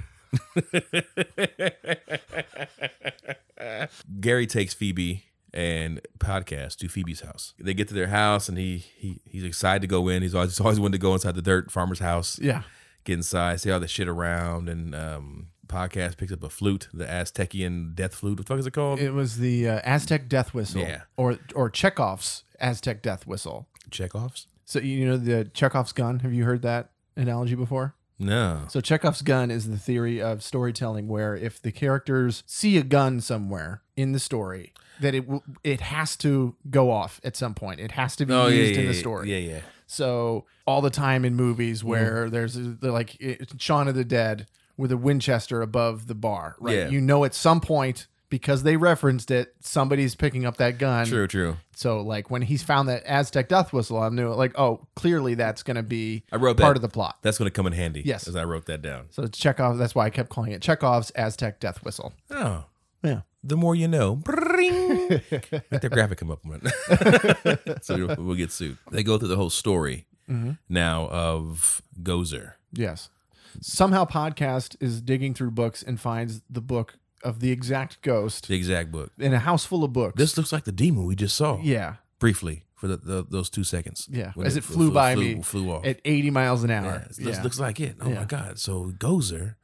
Gary takes Phoebe and podcast to Phoebe's house. They get to their house and he he he's excited to go in. He's always he's always wanted to go inside the dirt farmer's house,
Yeah,
get inside, see all the shit around. And um, podcast picks up a flute, the Aztecian death flute. What the fuck is it called?
it was the uh, Aztec death whistle,
Yeah.
or or Chekhov's Aztec death whistle.
Chekhov's?
So you know the Chekhov's gun. Have you heard that analogy before?
No.
So Chekhov's gun is the theory of storytelling where if the characters see a gun somewhere in the story, that it will, it has to go off at some point. It has to be
Oh, yeah,
used
yeah,
in the
yeah,
story.
Yeah, yeah.
So all the time in
Mm.
movies where there's they're like it, Shaun of the Dead with a Winchester above the bar, right?
Yeah.
You know, at some point because they referenced it, somebody's picking up that gun.
True, true.
So like when he's found that Aztec death whistle, I knew like oh clearly that's gonna be
I wrote
part
that.
of the plot.
That's going to come in handy.
Yes.
As I wrote that down.
So it's Chekhov. That's why I kept calling it Chekhov's Aztec death whistle.
Oh.
Yeah.
The more you know. Bring. Let the graphic come up. man. so we- we'll get sued. They go through the whole story
Mhm.
now of Gozer.
Yes. Somehow podcast is digging through books and finds the book of the exact ghost
The exact book.
in a house full of books.
This looks like the demon we just saw.
yeah.
Briefly for the, the, those two seconds.
Yeah,
When
as it flew by
flew-
me
Flew off.
at 80 miles an
Yeah,
hour.
this
Yeah.
looks like it. Oh my
Yeah.
god! So Gozer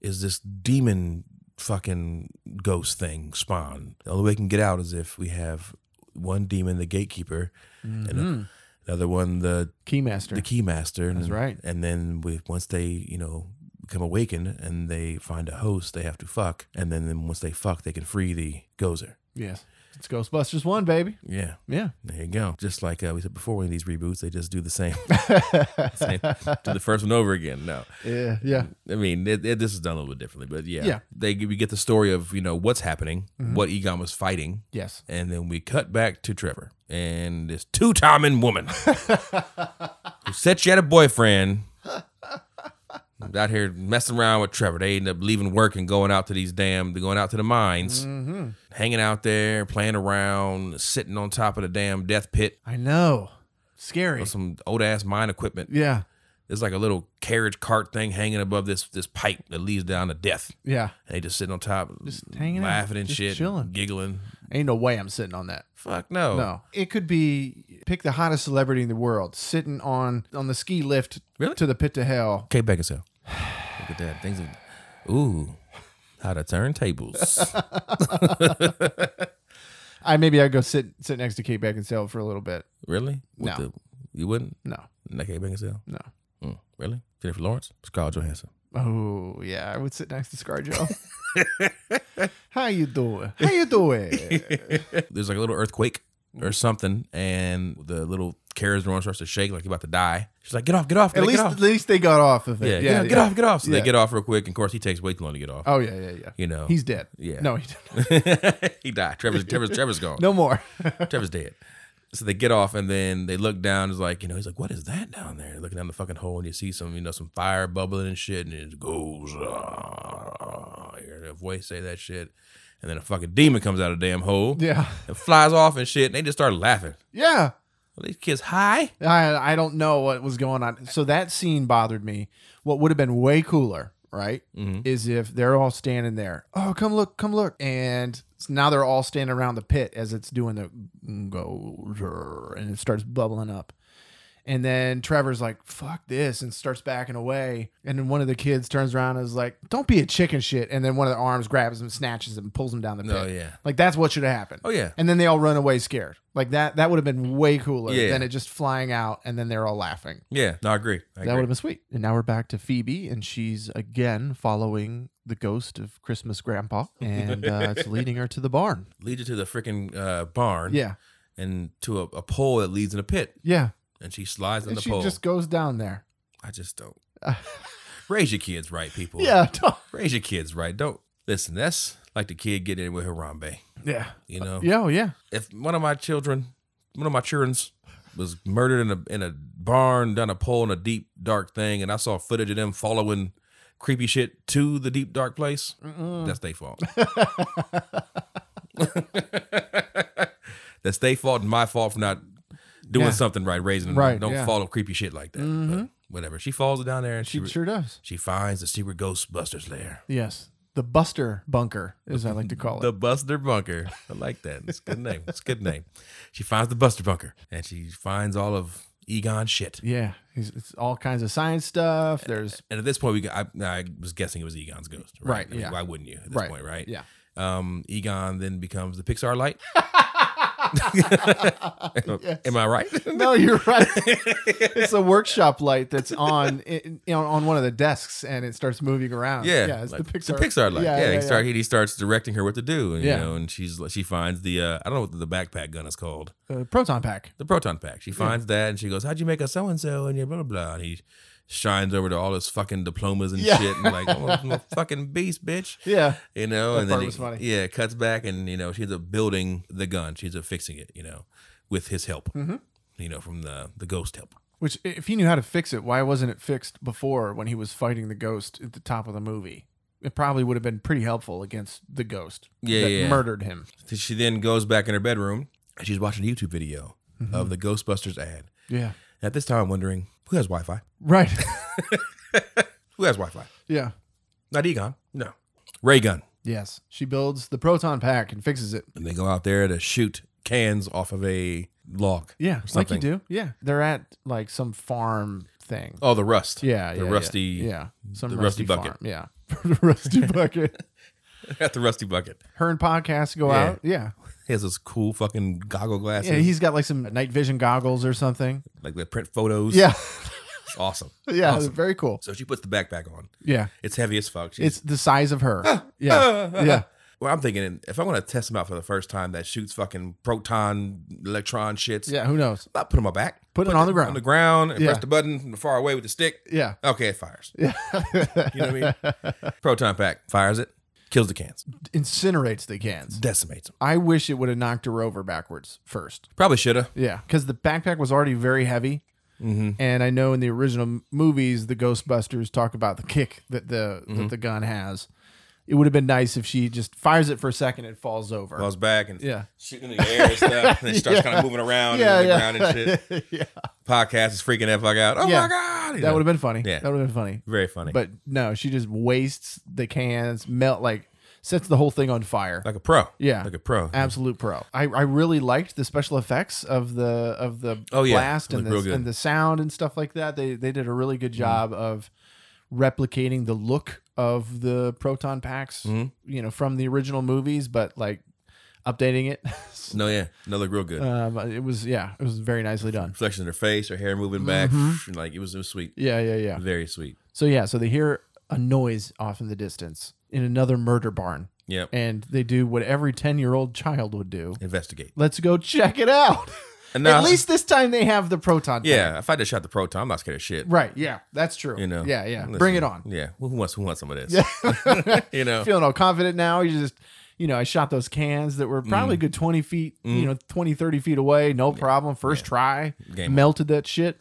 is this demon fucking ghost thing spawn. The only way it can get out is if we have one demon, the gatekeeper,
Mm-hmm.
and a- another one, the
Keymaster.
the keymaster.
That's
and,
right.
And then we, once they you know become awakened and they find a host, they have to fuck. And then, then once they fuck, they can free the Gozer.
yes. It's Ghostbusters 1, baby.
Yeah,
Yeah.
there you go. Just like uh, we said before, one of these reboots, they just do the same, same do the first one over again. No.
yeah. Yeah.
I mean, it, it- this is done a little bit differently, but yeah,
Yeah. Mm-hmm.
they we get the story of you know what's happening, what Egon was fighting,
Yes.
and then we cut back to Trevor and this two timing woman who said she had a boyfriend. was Out here messing around with Trevor, they end up leaving work and going out to these damn, going out to the mines,
Mm-hmm.
hanging out there, playing around, sitting on top of the damn death pit
I know. Scary.
with some old ass mine equipment.
Yeah.
There's like a little carriage cart thing hanging above this this pipe that leads down to death.
Yeah.
And they just sitting on top,
Just hanging out,
laughing and
just
shit,
chilling.
giggling.
Ain't no way I'm sitting on that.
Fuck no.
No. It could be pick the hottest celebrity in the world sitting on on the ski lift
Really?
to the pit to hell.
Kate Beckinsale. Look at that. Things. Are, ooh, how to turn tables.
I maybe I'd go sit sit next to Kate Beckinsale for a little bit.
really?
No.
The, you wouldn't?
No.
Not Kate Beckinsale?
No.
Mm, really? Jennifer Lawrence? Scarlett Johansson.
Oh yeah, I would sit next to ScarJo. How you doing? How you doing?
There's like a little earthquake
Mm-hmm.
or something, and the little carriage drone starts to shake like you're about to die. She's like, get off, get off,
at
get
least
off.
at least they got off of
yeah,
it.
get, off, get off, get off. So
Yeah.
they get off real quick. And of course, he takes way too long to get off.
Oh yeah, yeah, yeah.
You know,
He's dead.
Yeah.
No, he didn't.
he died. Trevor's, Trevor's, Trevor's gone.
no more.
Trevor's dead. So they get off and then they look down. It's like, you know, he's like, what is that down there? Looking down the fucking hole and you see some, you know, some fire bubbling and shit. And it goes, ah, you hear a voice say that shit. And then a fucking demon comes out of the damn hole
yeah.
and flies off and shit. And they just start laughing.
Yeah.
Are these kids high?
I I don't know what was going on. So that scene bothered me. What would have been way cooler, right?
Mhm.
Is if they're all standing there. Oh, come look, come look. And s- now they're all standing around the pit as it's doing the go and it starts bubbling up. And then Trevor's like, fuck this, and starts backing away. And then one of the kids turns around and is like, don't be a chicken shit. And then one of the arms grabs him, snatches him, pulls him down the pit.
Oh, yeah.
Like that's what should have happened.
Oh, yeah.
And then they all run away scared. Like that that would have been way cooler
Yeah.
than it just flying out and then they're all laughing.
Yeah. No, I agree.
that
I agree.
would have been sweet. And now we're back to Phoebe and she's again following the ghost of Christmas grandpa and uh, it's leading her to the barn.
Lead you to the freaking uh, barn.
Yeah.
And to a, a pole that leads in a pit.
Yeah.
And she slides in
And
the
she
pole.
just goes down there.
I just don't. Raise your kids right, people.
Yeah.
Raise your kids right. Don't listen. That's like the kid getting in with Harambe.
Yeah.
You know,
Yeah, oh, yeah.
if one of my children, one of my childrens, was murdered in a in a barn, down a pole in a deep dark thing, and I saw footage of them following creepy shit to the deep dark place, that's their fault. that's their fault and my fault for not doing
Yeah.
something right, raising them.
Right,
Don't
yeah. Mm-hmm.
follow creepy shit like that. But whatever. She falls down there and she
She
she,
sure does.
finds the secret Ghostbusters lair.
Yes. The Buster bunker, as I like to call it.
The Buster Bunker. I like that. It's a good name. It's a good name. She finds the Buster Bunker and she finds all of Egon shit.
yeah. It's, it's all kinds of science stuff. There's
And at this point, we got, I, I was guessing it was Egon's ghost. Right.
Right,
I mean,
yeah.
Why wouldn't you at this
Right,
point, right?
yeah.
Um, Egon then becomes the Pixar light. Am I right?
No, you're right. it's a workshop light that's on in, you know, on one of the desks, and it starts moving around.
Yeah,
yeah, it's
like,
the Pixar.
light. Yeah, he, start, he starts directing her what to do, and
Yeah.
you know, and she's she finds the uh, I don't know what the backpack gun is called,
Uh, proton pack.
the proton pack. She finds that, and she goes, "How'd you make a so and so?" And you blah blah blah. And he shines over to all his fucking diplomas and
Yeah.
shit, and like, "Oh, I'm a fucking beast, bitch,"
Yeah,
you know.
That
and then
part
he-
was funny.
yeah, it cuts back, and you know, she's a building the gun. She's a fixing it, you know, with his help,
Mm-hmm.
you know, from the the ghost help.
which i- if he knew how to fix it, why wasn't it fixed before when he was fighting the ghost at the top of the movie? It probably would have been pretty helpful against the ghost
Yeah,
that
yeah.
murdered him.
She then goes back in her bedroom, and she's watching a YouTube video
Mm-hmm.
of the Ghostbusters ad.
Yeah,
At this time, I'm wondering who has Wi Fi?
right.
Who has Wi Fi?
yeah,
Not Egon. No. Ray gun.
yes. She builds the proton pack and fixes it.
And they go out there to shoot cans off of a log.
Yeah, like you
something.
do. Yeah, they're at like some farm thing.
Oh, the rust.
Yeah,
The
yeah,
rusty.
Yeah, yeah. some
the
rusty,
rusty bucket.
farm. Yeah, the rusty bucket.
At the rusty bucket.
Her and podcasts go
Yeah.
out. Yeah,
He has those cool fucking goggle glasses.
yeah. He's got like some night vision goggles or something.
like they print photos.
Yeah,
It's awesome.
yeah.
Awesome.
Very cool.
So she puts the backpack on.
Yeah,
It's heavy as fuck. She's,
it's the size of her. Yeah, yeah.
well, I'm thinking if I want to test them out for the first time, that shoots fucking proton, electron shits.
Yeah, who knows?
I put them on my back.
Put it on the
On
ground.
the ground and
Yeah.
press the button from far away with the stick.
Yeah.
Okay, it fires. Yeah. you know what I mean? Proton pack fires it, kills the cans,
Incinerates the cans.
decimates them.
I wish it would have knocked her over backwards first.
Probably should have.
Yeah, because the backpack was already very heavy. And I know in the original m- movies, the Ghostbusters talk about the kick that the that the gun has. It would have been nice if she just fires it for a second and falls over.
Falls back and
Yeah.
shooting in the air and stuff. And then starts kind of moving around
Yeah,
and on the
yeah.
ground and shit. Podcast is freaking that fuck out. Oh my
Yeah.
God. You
that
know,
would have been funny.
Yeah.
That would have been funny.
very funny.
But no, she just wastes the cans, melt like sets the whole thing on fire.
like a pro.
Yeah.
Like a pro.
Absolute pro. I, I really liked the special effects of the of the
Oh, yeah.
blast
It
and
looked real
the,
good. Mm-hmm.
and the sound and stuff like that. They they did a really good job of replicating the look of the proton packs,
Mm-hmm.
you know, from the original movies, but like updating it.
no, yeah. No, look real good.
um, it was yeah, it was very nicely done.
Reflection in her face, her hair moving back. and, Like it was, it was sweet.
Mm-hmm. Yeah, yeah, yeah.
Very sweet.
So yeah, so they hear a noise off in the distance in another murder barn,
Yep.
and they do what every ten year old child would do.
Investigate.
Let's go check it out.
And
At least this time they have the proton. pack.
Yeah. If I just shot the proton, I'm not scared of shit.
Right. Yeah. That's true.
You know.
Yeah. Yeah.
Listen,
Bring it on.
Yeah. Who wants who wants some of this? you know.
Feeling all confident now. You just, you know, I shot those cans that
Mm.
were probably a good 20 feet, you know, 20, 30 feet away. No problem. First try.
Game on.
melted that shit.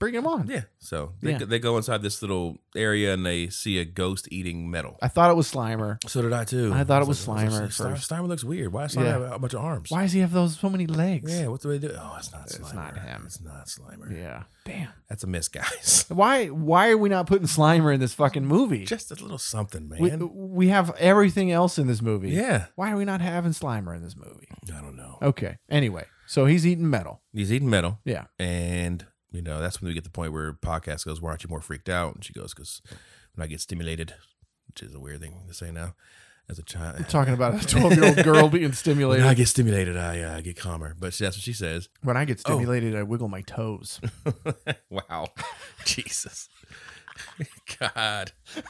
Bring him on.
Yeah. So they,
Yeah.
they go inside this little area and they see a ghost eating metal.
I thought it was Slimer.
So did I too.
I thought it
I
was
I
Slimer
like,
at first.
Slimer looks weird. Why does Slimer
Yeah.
have a bunch of arms?
Why does he have those so many legs?
Yeah, what do they do? Oh, it's not Slimer.
not him.
It's not Slimer.
Yeah. Damn.
That's a miss, guys.
Why why are we not putting Slimer in this fucking movie?
Just a little something, man.
we, we have everything else in this movie.
yeah.
Why are we Oh. not having Slimer in this movie?
I don't know.
Okay. Anyway, so he's eating metal.
He's eating metal.
Yeah.
And, you know, that's when we get the point where podcast goes, Why aren't you more freaked out? And she goes, Because when I get stimulated, which is a weird thing to say now as a child.
Talking about a 12 year old girl being
when
stimulated.
I get stimulated, I uh, get calmer. But that's what she says.
When I get stimulated, I wiggle my toes.
wow. Jesus. God. this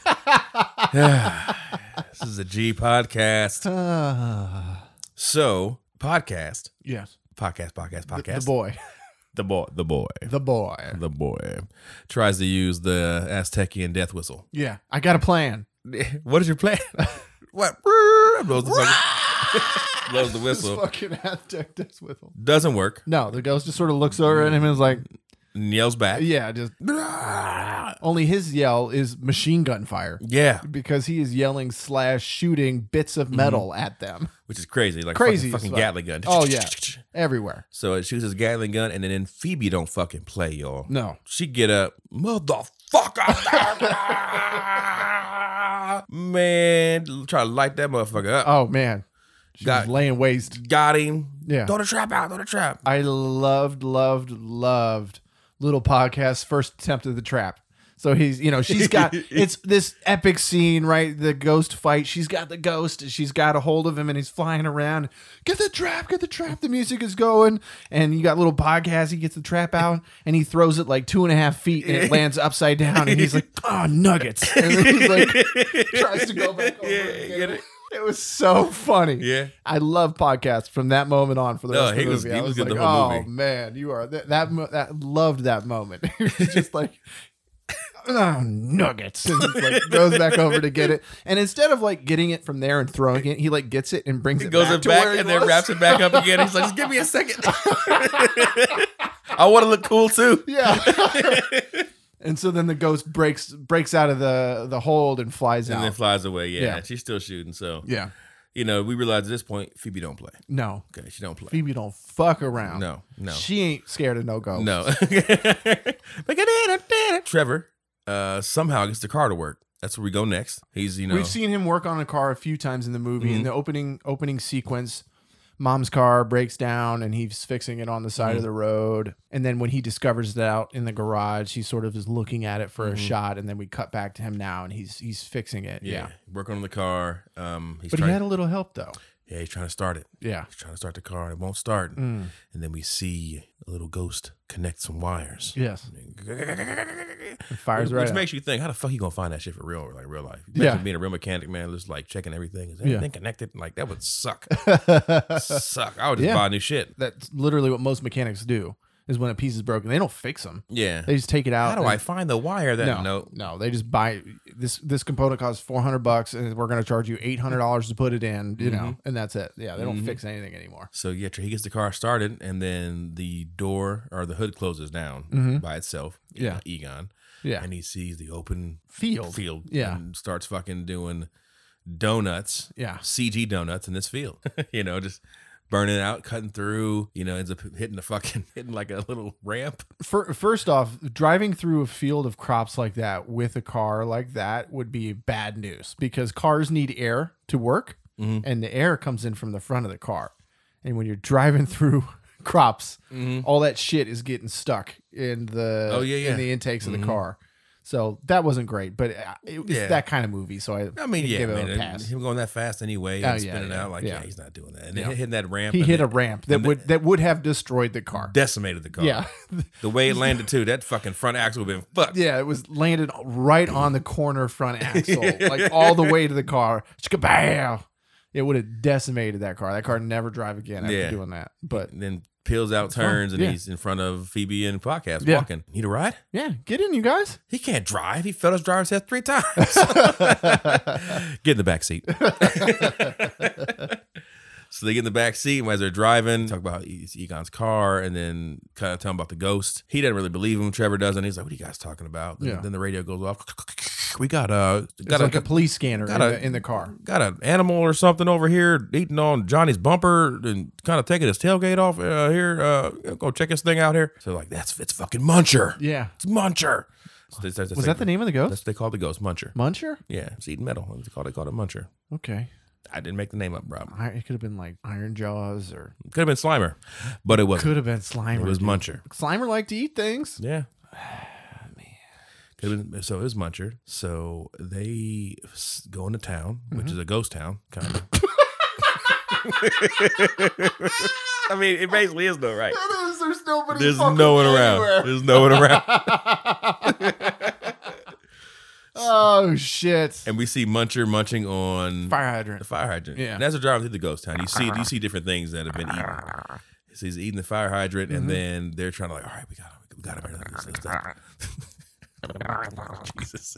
is a G podcast.
Ah.
So, podcast,
yes.
podcast, podcast,
The-
podcast.
The boy.
The boy. The boy.
The boy.
The boy tries to use the Aztecian death whistle.
Yeah. I got a plan.
What is your plan? what? Blows the, fucking- blows the
This
whistle.
fucking Aztec death whistle.
Doesn't work.
No, the ghost just sort of looks over at him and is like,
Yells back.
yeah, just. Only his yell is machine gun fire
Yeah,
because he is yelling slash shooting bits of metal at them
which is crazy. Like
Crazy
crazy fucking,
as fuck.
Gatling gun.
Oh, yeah. everywhere.
So it shoots his Gatling gun, and then Phoebe don't fucking play, y'all.
No.
She get up, motherfucker. Man, try to light that motherfucker up.
Oh, man. She's
Got-
laying waste.
Got him.
Yeah.
Throw the trap out. Throw the trap.
I loved, loved, loved little podcast first attempt at the trap. So he's, you know, she's got it's this epic scene, right? The ghost fight. She's got the ghost. and She's got a hold of him, and he's flying around. Get the trap, get the trap. The music is going, and you got little podcast. He gets the trap out, and he throws it like two and a half feet, and it lands upside down. And he's like, "Oh, nuggets!" And then he's like, tries to go back over. and
you
get
get
it.
it?
It was so funny.
Yeah.
I love podcasts from that moment on for the
No,
rest of
he
the
was-
movie.
he
I
was
was,
good
like,
the whole
oh
movie."
man, you are that that, mo- that loved that moment. It's just like oh, nuggets, and it's like goes back over to get it, and instead of like getting it from there and throwing it, he like gets it and brings it,
He goes
back
up
to
back
where he
and then
was.
wraps it back up again. He's like, just give me a second. I want to look cool too.
Yeah. and so then the ghost breaks breaks out of the the hold and flies
And
out.
then flies away. Yeah,
Yeah.
she's still shooting. So
yeah.
you know, we realize at this point, Phoebe don't play.
No.
Okay, she don't play.
Phoebe don't fuck around.
No, no,
She ain't scared of no ghost.
no. Trevor uh, somehow gets the car to work. That's where we go next. He's you know Mm-hmm.
We've seen him work on a car a few times in the movie. In the opening opening sequence, mom's car breaks down and he's fixing it on the side of
Mm-hmm.
the road. And then when he discovers that out in the garage, he sort of is looking at it for a shot. And then we cut back to him now and he's he's fixing it. Yeah.
Mm-hmm. yeah, working on the car. Um, he's
But
trying.
he had a little help though.
yeah, he's trying to start it.
Yeah.
He's trying to start the car and it won't start.
Mm.
And then we see a little ghost connect some wires.
Yes.
Which
It fires right. up.
makes you think, how the fuck you gonna find that shit for real, like real life? Imagine
Yeah.
being a real mechanic, man, just like checking everything. Is
Yeah.
everything connected? Like that would suck. suck. I would just
Yeah.
buy new shit.
That's literally what most mechanics do is when a piece is broken, they don't fix them.
Yeah.
They just take it out.
How do
and-
I find the wire that
no,
no.
no, they just buy this. This component costs four hundred bucks, and we're going to charge you eight hundred dollars to put it in. You
Mm-hmm.
know, and that's it. Yeah, they don't fix anything anymore.
So yeah, he gets the car started, and then the door or the hood closes down by itself.
Mm-hmm. Yeah.
Egon,
Yeah,
and he sees the open
field.
field.
Yeah.
and starts fucking doing donuts.
Yeah,
CG donuts in this field. you know, just burning out, cutting through. You know, ends up hitting the fucking hitting like a little ramp.
Fir first off, driving through a field of crops like that with a car like that would be bad news because cars need air to work,
Mhm.
and the air comes in from the front of the car. And when you're driving through crops, all that shit is getting stuck in the
Mm-hmm. Oh, yeah, yeah.
in the intakes of
Mhm.
the car. So that wasn't great, but uh, it, it's
Yeah.
that kind of movie. So I,
I mean, yeah,
give
man,
it a pass.
him going that fast anyway,
Oh,
and
yeah,
spinning
yeah,
out like yeah.
yeah.
he's not doing that. And then
Yeah.
hitting that ramp,
He
and Oh.
hit
it
a ramp that would that would have destroyed the car.
decimated the car.
Yeah,
the way it landed too, that fucking front axle would have been fucked.
Yeah, it was landed right on the corner front axle, like all the way to the car. Shkabow! It would have decimated that car. That car never drive again after
Yeah.
doing that. But
And then peels out turns and
Yeah.
he's in front of Phoebe and podcast
Yeah.
walking. Need a ride?
yeah, get in, you guys.
He can't drive. He failed his driver's test three times. Get in the back seat. So they get in the back seat and as they're driving, talk about E- it's Egon's car, and then kind of tell him about the ghost. He doesn't really believe him. Trevor doesn't. He's like, "What are you guys talking about?" Then,
Yeah.
then the radio goes off. We got uh, got
It's
a,
like a police scanner in
gotta-
the, in the car.
got an animal or something over here eating on Johnny's bumper and kind of taking his tailgate off uh, here. Uh, go check this thing out here. So like that's it's fucking Muncher.
Yeah.
It's Muncher. So they- that's-
Was that the name of the
That's
ghost?
what they called the ghost Muncher.
Muncher?
Yeah, it's eating metal. They called it called it Muncher.
Okay.
I didn't make the name up, Rob.
I, it could have been like Iron Jaws or
Could have been Slimer, but it wasn't.
could have been Slimer.
It was
dude.
Muncher.
Slimer liked to eat things.
Yeah. Could have been, so it was Muncher. So they s- go into town, which
Mm-hmm.
is a ghost town, kind of. I mean, it basically is though, right?
That is, there's nobody.
There's no one around. There's no one around.
Oh shit!
And we see Muncher munching on
Fire hydrant.
the fire hydrant.
Yeah.
And as they're driving through the ghost town, you see you see different things that have been eaten. So he's eating the fire hydrant, and then they're trying to like, all right, we got him, we got him. Let's- let's-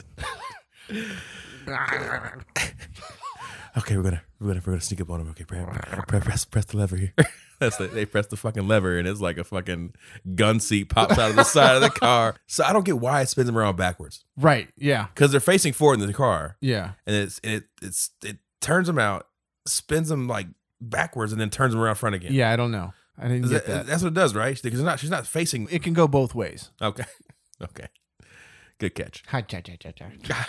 let's- Jesus. okay, we're gonna we're gonna we're gonna sneak up on him. Okay, press press press, press the lever here. That's it. They press the fucking lever, and it's like a fucking gun seat pops out of the side of the car. So I don't get why it spins them around backwards
Right. Yeah.
because they're facing forward in the car
Yeah.
and it's and it it's it turns them out, spins them like backwards, and then turns them around front again.
Yeah. I don't know. I didn't
Is
get
that-
that.
that's what it does, right? Because not she's not facing.
It can go both ways.
Okay, okay, good catch.
Hi, cha, cha, cha, cha.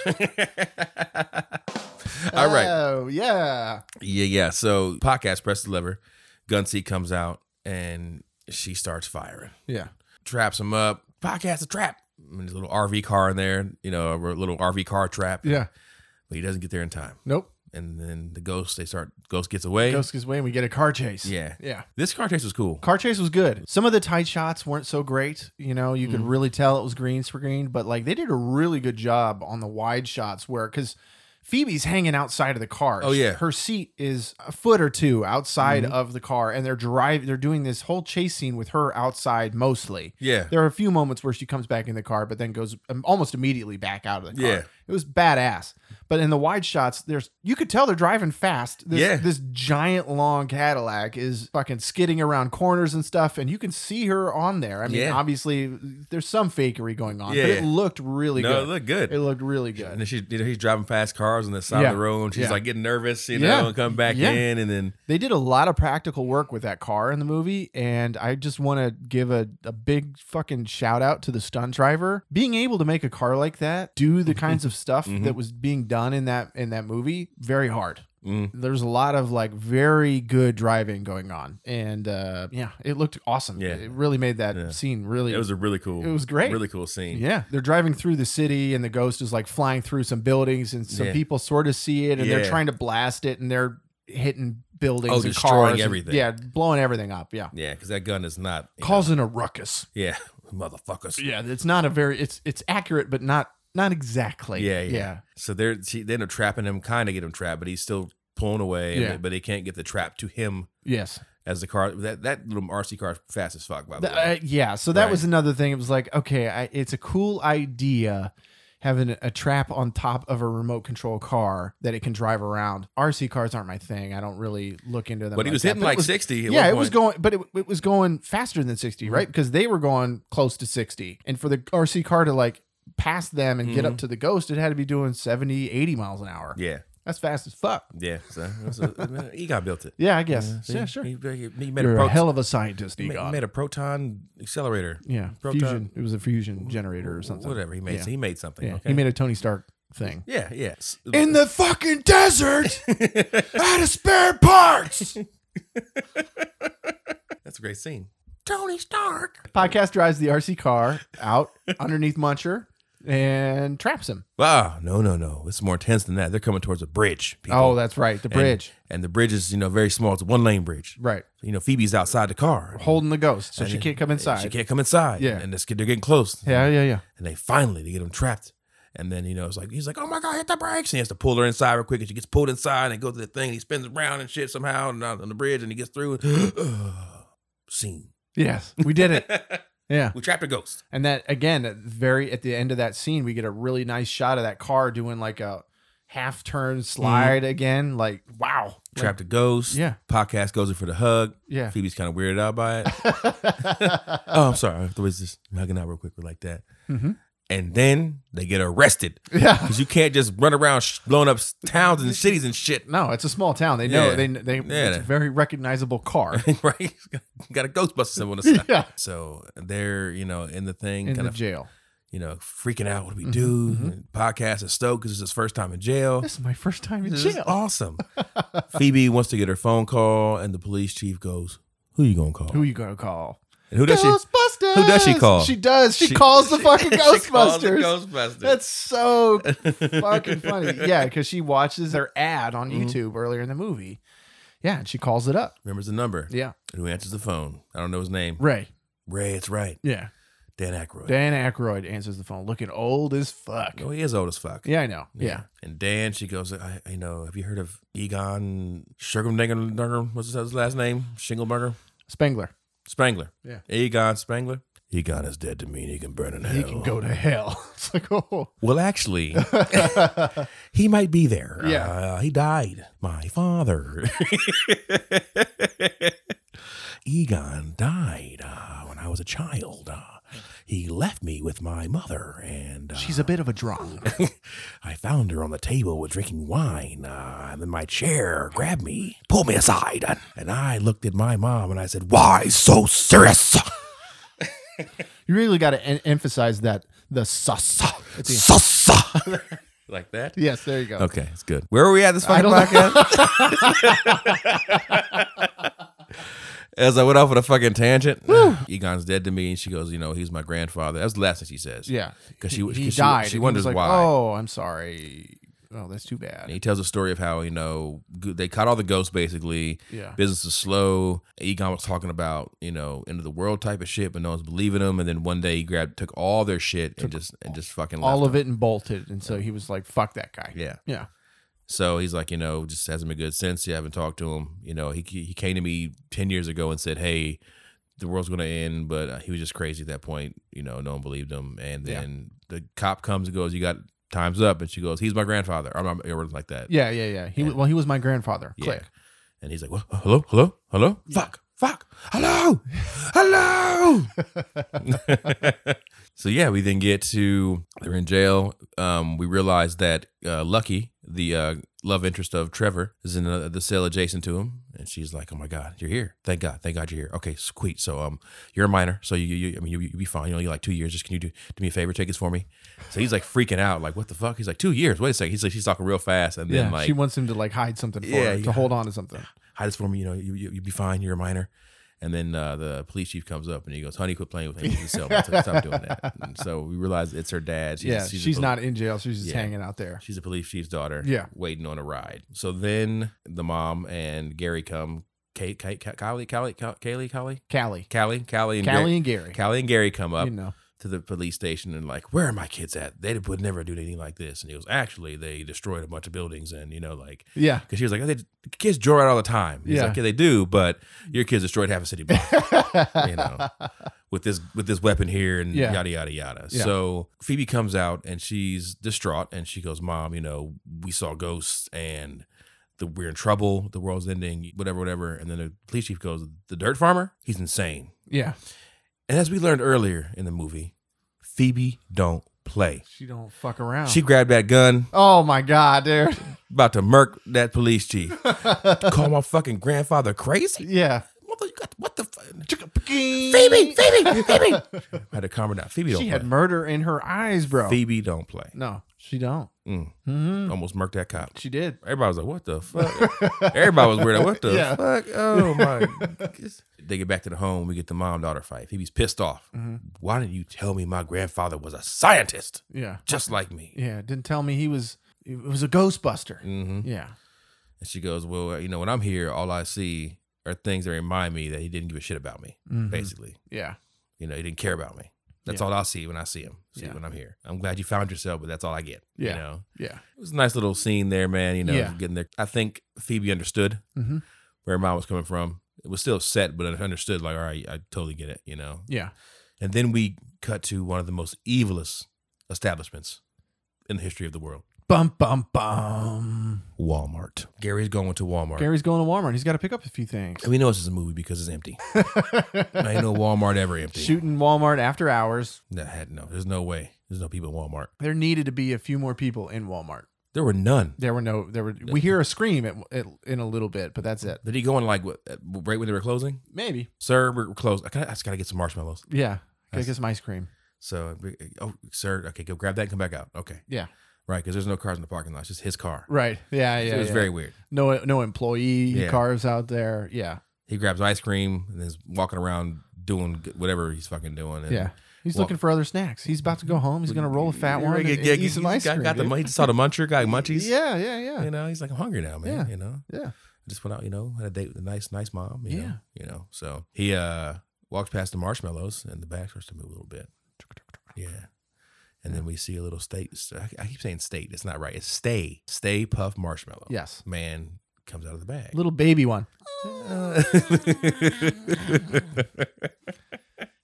All right,
Oh yeah.
yeah, yeah. So podcast press the lever, gun seat comes out, and she starts firing,
Yeah.
traps him up. Podcast a trap. And there's a little RV car in there, you know, a little RV car trap.
Yeah.
But he doesn't get there in time,
Nope.
and then the ghost they start ghost gets away.
Ghost is way, and we get a car chase.
Yeah,
Yeah.
this car chase was cool.
Car chase was good. Some of the tight shots weren't so great. You know, you
Mm-hmm.
could really tell it was green screen, but like they did a really good job on the wide shots where because Phoebe's hanging outside of the car.
Oh, yeah. Mm-hmm.
her seat is a foot or two outside of the car, and they're driving. They're doing this whole chase scene with her outside mostly.
Yeah,
There are a few moments where she comes back in the car, but then goes um, almost immediately back out of the car.
Yeah.
It was badass. But in the wide shots, there's you could tell they're driving fast. This,
Yeah.
this giant long Cadillac is fucking skidding around corners and stuff, and you can see her on there. I mean,
Yeah.
obviously there's some fakery going on,
Yeah,
but it
yeah.
looked really
no,
good.
it looked good.
It looked really
and
good.
then she, you know, he's driving past cars on the side
Yeah.
of the road, and she's
Yeah.
like getting nervous, you know,
Yeah.
and come back
Yeah.
in, and then
They did a lot of practical work with that car in the movie, and I just want to give a, a big fucking shout out to the stunt driver. Being able to make a car like that, do the kinds of stuff
Mhm.
that was being done in that in that movie, very hard.
mm,
There's a lot of like very good driving going on, and uh, yeah, it looked awesome.
Yeah.
It really made that
Yeah.
scene really.
it was a really cool,
it was great.
really cool scene.
Yeah, they're driving through the city, and the ghost is like flying through some buildings, and some
Yeah.
people sort of see it, and they're
Yeah.
trying to blast it, and they're hitting buildings,
Oh,
and
destroying
cars and-
everything.
yeah, blowing everything up, yeah,
yeah, because that gun is not you
causing a ruckus.
know, yeah, motherfuckers.
Yeah, it's not a very it's it's accurate, but not not exactly.
Yeah, yeah. So they're she, they end up trapping him, kind of get him trapped, but he's still pulling away, and
Yeah.
they- but they can't get the trap to him
Yes.
as the car that that little RC car is fast as fuck. By the
Th-
way,
uh, yeah. So that
Right.
was another thing. It was like, okay, I, it's a cool idea having a trap on top of a remote control car that it can drive around. RC cars aren't my thing. I don't really look into them.
but he was
that.
hitting
it
like
was-
sixty. at
yeah,
one
it was
point.
going,
Mm-hmm.
but it, it was going faster than 60, right? Because they were going close to 60. And for the RC car to like pass them and get up to the ghost, it had to be doing 70, 80 miles an hour.
Mm-hmm. Yeah,
That's fast as fuck.
yeah. So, it was a- Egon built it.
Yeah, I guess.
See?
yeah, sure.
He, he- he made
You're
a,
a
pro-
hell of a scientist,
ma-
Egon.
made a proton accelerator.
yeah,
proton-
fusion. It was a fusion generator or something.
Whatever he made,
Yeah.
he made something.
Yeah,
okay.
he made a Tony Stark thing.
yeah, yeah. S-
the fucking desert, out of spare parts.
That's a great scene. Tony Stark.
Podcast drives the RC car out underneath Muncher and traps him.
Wow, Ah, no, no, no. It's more intense than that. They're coming towards a bridge. people.
Oh, that's right, the
And-
bridge.
And the bridge is, you know, very small. It's a one lane bridge.
right,
You know, Phoebe's outside the car.
holding the ghost, so
And
she
it-
can't come inside.
She can't come inside.
Yeah.
And this, they're getting close.
Yeah, yeah, yeah.
And they finally they get him trapped. And then, you know, it's like, he's like, oh my God, hit the brakes. And he has to pull her inside real quick. And she gets pulled inside and they go to the thing. And he spins around and shit somehow and out on the bridge. And he gets through. And, scene.
Yes, we did it. Yeah,
We trapped a ghost.
and that again, at very at the end of that scene, we get a really nice shot of that car doing like a half turn
Mm-hmm.
slide again. Like wow, Like,
Trapped a ghost.
Yeah.
Podcast goes in for the hug.
Yeah. Mm-hmm.
Phoebe's kind of weirded out by it. oh, I'm sorry. The way it's just hugging out real quick we're like that. And then they get arrested
yeah.
because you can't just run around sh- blowing up s- towns and cities and shit.
No, it's a small town. They know
Yeah.
they they.
Yeah.
It's a very recognizable car.
right? He's got- Got a Ghostbuster symbol on the side.
Yeah.
So they're, you know, in the thing,
in
kind
the Mm-hmm, jail.
of, you know, freaking out. What do we do? Podcast is stoked because it's his first time in jail.
This is my first time in
This is
jail.
awesome. Phoebe wants to get her phone call, and the police chief goes, "Who you gonna call?
Who you gonna call?
and who does she?
Ghostbusters.
who does she call?
She does. She,
She-
calls the fucking
She calls the
Ghostbusters.
Ghostbusters.
That's so fucking funny. Yeah, because she watches their ad on YouTube earlier in the movie. Yeah, and she calls it up.
remembers the number.
Yeah,
And who answers the phone? I don't know his name.
Ray.
Ray. It's right.
Yeah,
Dan Aykroyd.
Dan Aykroyd answers the phone, looking old as fuck.
Oh, he is old as fuck.
Yeah, I know. Yeah,
And Dan, she goes, I, I know, have you heard of Egon Schergenberger? What's his- his last name? Shingelberger?
Spangler.
Spangler.
Yeah.
Egon Spangler. Egon is dead to me and he can burn in hell.
He can go to hell. It's like oh,
Well, actually, he might be there.
Yeah.
Uh, he died. My father. Egon died uh, when I was a child. Uh, he left me with my mother, and uh,
she's a bit of a drop.
I found her on the table with drinking wine, uh, and then my chair grabbed me, pulled me aside, and, and I looked at my mom and I said, "Why so serious?"
You really got to en- emphasize that the sus. at the end.
Sussa. like that?
Yes, there you go.
Okay, it's good. Where are we at this
I
fucking
don't know.
podcast? As I went off on a fucking tangent, Egon's dead to me, and she goes, "You know, he's my grandfather." That's the last thing she says.
Yeah,
'Cause she-
He-
'cause
he
she- she
died. and he
wonders
was like,
why.
Oh, I'm sorry. Oh, that's too bad.
And he tells a story of how, you know, g- they caught all the ghosts basically.
Yeah.
Business is slow. Egon was talking about, you know, end of the world type of shit, but no one's believing him. And then one day he grabbed, took all their shit and just, and just fucking
all
left
of it and bolted. And so he was like, fuck that guy.
Yeah.
Yeah.
So he's like, you know, just hasn't been good since. You haven't talked to him. You know, he he came to me ten years ago and said, "Hey, the world's going to end," but uh, he was just crazy at that point. You know, no one believed him. And
Yeah.
then the cop comes and goes, "You got time's up," and she goes, "He's my grandfather," or, my- or words like that.
Yeah. Yeah. Yeah. He, Well, he was my grandfather. Click.
And he's like, "What? Hello, hello, hello, fuck, fuck, hello, hello." so yeah, we then get to they're in jail. Um, we realize that uh, Lucky, the uh, love interest of Trevor, is in the, the cell adjacent to him, and she's like, "Oh my god, you're here! Thank God, thank God you're here." Okay, sweet. So um, you're a minor, so you, you you- I mean, you you be fine. You know, you like two years. Just can you do do me a favor? Take this for me. So he's like freaking out, like, "What the fuck?" He's like, two years. Wait a second. He's like, she's talking real fast, and
Yeah.
then like
she wants him to like hide something for
Yeah,
her,
yeah.
to hold on to something.
hide this for me. You know, you, you, you'll be fine. You're a minor. And then uh, the police chief comes up and he goes, honey, quit playing with me. He's in the cell. Stop doing that. And so we realize it's her dad.
yeah.
a
She's,
poli-
not in jail. She's just
Yeah.
hanging out there.
She's a police chief's daughter.
Yeah.
Waiting on a ride. So then the mom and Gary come. Kate, Kate, Ka- Kylie, Kylie, Ka- Kaylee, Kylie,
Callie.
Callie, Callie,
Callie
and Gary,
and Gary.
Callie and Gary come up
You know.
to the police station and like, where are my kids at? They would never do anything like this. And he goes, actually, they destroyed a bunch of buildings and you know, like
Yeah.
because she was like, oh, they, kids joyride all the time. He's
Yeah.
like, yeah, they do, but your kids destroyed half a city block, you know, with this with this weapon here and
Yeah.
yada yada yada.
Yeah.
So Phoebe comes out and she's distraught and she goes, "Mom, you know, we saw ghosts and the, we're in trouble. The world's ending, whatever, whatever." And then the police chief goes, "The dirt farmer, he's insane."
Yeah.
And as we learned earlier in the movie, Phoebe don't play.
She don't fuck around.
She grabbed that gun,
oh my God, dude.
about to murk that police chief. Call my fucking grandfather crazy.
yeah.
Mother, you got what the fuck?
Phoebe.
Phoebe, Phoebe, Phoebe. I had to calm her down. Phoebe don't
She
play.
had murder in her eyes, bro.
Phoebe don't play.
No, she don't.
Mm.
Mhm.
Almost murked that cop.
She did.
Everybody was like, "What the fuck?" Everybody was weird. Like, what the
Yeah.
fuck? Oh my! they get back to the home. We get the mom daughter fight. Phoebe's pissed off.
Mm-hmm.
Why didn't you tell me my grandfather was a scientist
Yeah.
just like me?
Yeah. Didn't tell me he was. It was a Ghostbuster.
hmm
Yeah.
And she goes, "Well, you know, when I'm here, all I see are things that remind me that he didn't give a shit about me.
Mhm.
Basically,
Yeah.
you know, he didn't care about me. That's
Yeah.
all I see when I see him. See
Yeah.
when I'm here. I'm glad you found yourself, but that's all I get.
Yeah.
You know,
Yeah.
it was a nice little scene there, man. You know,
Yeah.
getting there. I think Phoebe understood
Mhm.
where mine was coming from. It was still set, but I understood. Like, all right, I totally get it. You know.
Yeah.
And then we cut to one of the most evilest establishments in the history of the world.
Bum bum bum.
Walmart. Gary's going to Walmart.
Gary's going to Walmart. He's got to pick up a few things.
And we know this is a movie because it's empty. I ain't no Walmart ever empty.
Shooting Walmart after hours.
No, heck no, there's no way. There's no people in Walmart.
There needed to be a few more people in Walmart.
There were none.
There were no. There were. We hear a scream at, at, in a little bit, but that's it.
Did he go in like what, at- right when they were closing?
Maybe.
Sir, we're closed. I, gotta- I just got to get some marshmallows.
Yeah. Gotta get some ice cream.
So, oh, sir, okay, go grab that and come back out. Okay.
Yeah.
Right, because there's no cars in the parking lot. It's just his car.
Right. Yeah. Yeah.
it was
yeah.
very weird.
no no employee
Yeah.
cars out there. Yeah.
He grabs ice cream and is walking around doing g- whatever he's fucking doing. And
Yeah. He's
Well-
looking for other snacks. He's about to go home. He's gonna roll a fat one and,
Yeah,
and
yeah,
eat some
he's
ice
got,
cream.
got the
dude.
mun- saw the muncher, got munchies.
Yeah, yeah, yeah.
You know, he's like, I'm hungry now, man.
Yeah.
You know,
Yeah.
I just went out, you know, had a date with a nice, nice mom. You Know,
Yeah.
you know, so he uh walks past the marshmallows and the back starts to move a little bit. Yeah. And then we see a little state. I- I keep saying state. It's not right. It's stay. Stay puff marshmallow.
Yes.
Man comes out of the bag.
Little baby one.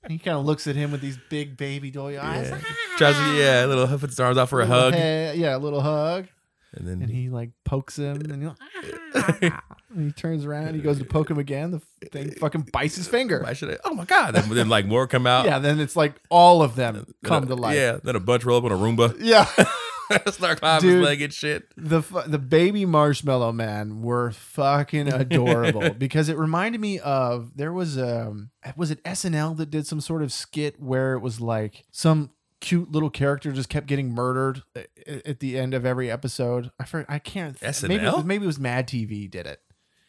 He kind of looks at him with these big baby doll eyes.
yeah. Tries to, yeah, a little puts his arms out for a
Little
hug.
he- yeah, a little hug.
And then
And he like pokes him and, he and he turns around. He goes to poke him again. The thing fucking bites his finger.
I should have, oh my God. And then like more come out.
Yeah, then it's like all of them
Then
come
a-
to life.
Yeah. Then a bunch roll up on a Roomba.
Yeah.
Start climbing
Dude.
his leg and shit.
the fu- the baby marshmallow man were fucking adorable because it reminded me of there was um was it SNL that did some sort of skit where it was like some cute little character just kept getting murdered a- a- at the end of every episode. I for, I can't maybe it,
SNL?
was, maybe it was Mad TV did it.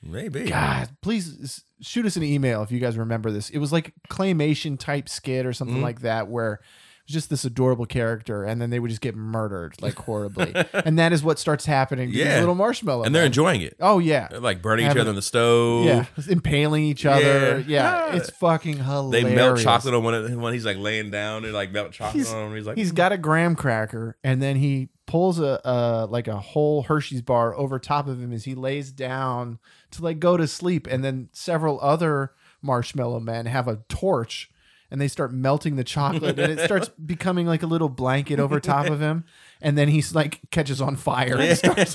Maybe.
God, please s- shoot us an email if you guys remember this. It was like claymation type skit or something
Mhm.
like that where it was just this adorable character and then they would just get murdered like horribly. and that is what starts happening to
Yeah.
these little marshmallow.
And they're
men.
enjoying it.
Oh yeah.
They're like burning each
Having-
other in the stove.
Yeah. Impaling each other.
Yeah.
Yeah. It's fucking hilarious.
They melt chocolate on one of one. He's like laying down. They like melt chocolate
He's-
on him. He's like, "Mm."
He's got a graham cracker and then he pulls a, a like a whole Hershey's bar over top of him as he lays down to like go to sleep and then several other marshmallow men have a torch and they start melting the chocolate and it starts becoming like a little blanket over top of him and then he's like catches on fire and starts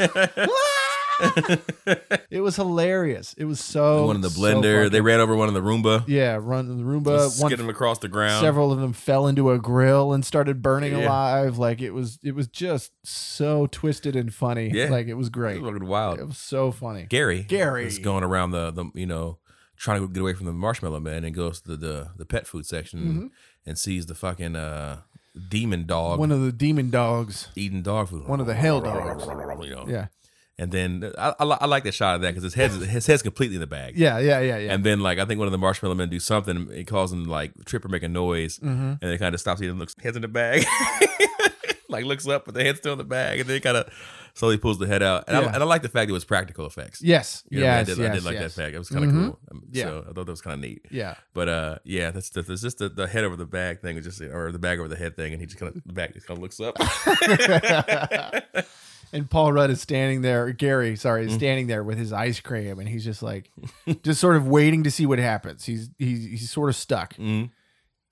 it was hilarious it was so
one in the
so
blender. they
fucking-
ran over one in the Roomba.
yeah run the
Just
Roomba
skid him across the ground.
several of them fell into a grill and started burning
Yeah.
alive like it was it was just so twisted and funny
Yeah.
like it was
It
great
was looking wild.
it was so funny
Gary.
Gary.
is going around the the you know trying to get away from the marshmallow man and goes to the the pet food section
Mm-hmm.
and, sees the fucking uh demon dog
one of the demon dogs
eating dog food.
one of the hell dogs
you know.
yeah
And then I, I, li- I like the shot of that because his head his head's completely in the bag.
yeah yeah yeah yeah
And then like I think one of the marshmallow men do something, it calls him like trip or make a noise,
Mm-hmm.
and then it kind of stops eating, looks heads in the bag, like looks up, but the head's still in the bag, and then kind of slowly pulls the head out. And, I,
Yeah.
and I like the fact it was practical effects.
yes
You know what I, mean? I
yes
did,
yes,
I did like
yes.
that fact. It was kind of
Mhm.
cool. Um,
Yeah.
So I thought that was kind of neat.
yeah
But uh, yeah, that's, the, that's just the, the head over the bag thing, was just or the bag over the head thing, and he just kind of the back just kind of looks up.
and Paul Rudd is standing there, Gary, sorry,
Mm.
is standing there with his ice cream and he's just like just sort of waiting to see what happens. He's he's he's sort of stuck.
Mm.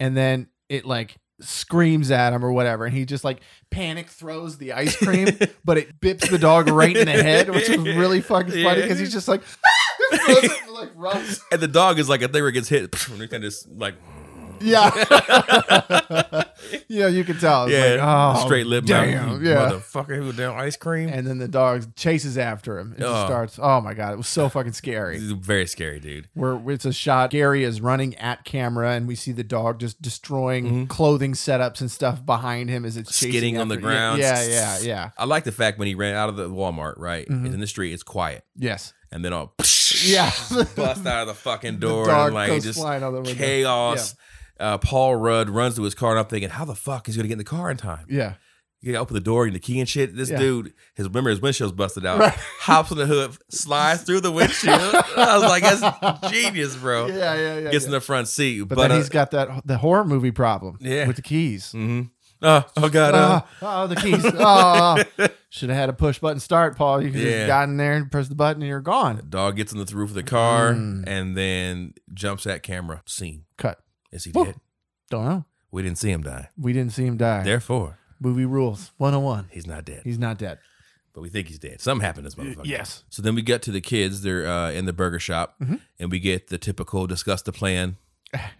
And then it like screams at him or whatever and he just like panic throws the ice cream but it bips the dog right in the head which is really fucking funny because he's just like throws it and, like runs
And the dog is like if they were gets hit, and he kind of just like
yeah yeah you can tell It's
yeah,
like, oh,
straight lip,
damn
mouth, you
yeah
motherfucker, who down ice cream.
and then the dog chases after him. It
Oh.
just starts. Oh my god, it was so fucking scary.
This is Very scary, dude.
Where it's a shot. Gary is running at camera, and we see the dog just destroying clothing setups and stuff behind him as it's chasing
Skidding Mm-hmm. on the
after-
ground.
Yeah, yeah, yeah.
I like the fact when he ran out of the Walmart, right? It's in the street, it's quiet.
Yes.
And then all
Mm-hmm. Yeah.
bust out of the fucking door
dog
and like
goes
just
flying out the window.
chaos. Uh, Paul Rudd runs to his car and I'm thinking, how the fuck is he gonna get in the car in time?
yeah.
You gotta open the door and the key and shit. This
Yeah.
dude, his remember his windshield's busted out, hops on the hood, slides through the windshield. I was like, that's genius, bro.
Yeah, yeah, yeah.
Oh. Gets
yeah.
in the front seat,
but,
but,
then
uh,
he's got that the horror movie problem.
Yeah.
With the keys.
mhm. oh, oh god, uh,
Ah, oh, the keys. oh, should have had a push button start, Paul. You could
Yeah.
have gotten there and pressed the button, and you're gone.
Dog gets on the roof of the car
Mm.
and then jumps at camera. Scene.
Cut.
Is he
Woo.
dead?
Don't know.
We didn't see him die.
We didn't see him die.
Therefore,
Movie rules 101.
he's not dead.
He's not dead.
but we think he's dead. Something happened to this motherfucker.
yes.
So then we get to the kids. They're uh, in the burger shop,
Mhm.
and we get the typical discuss the plan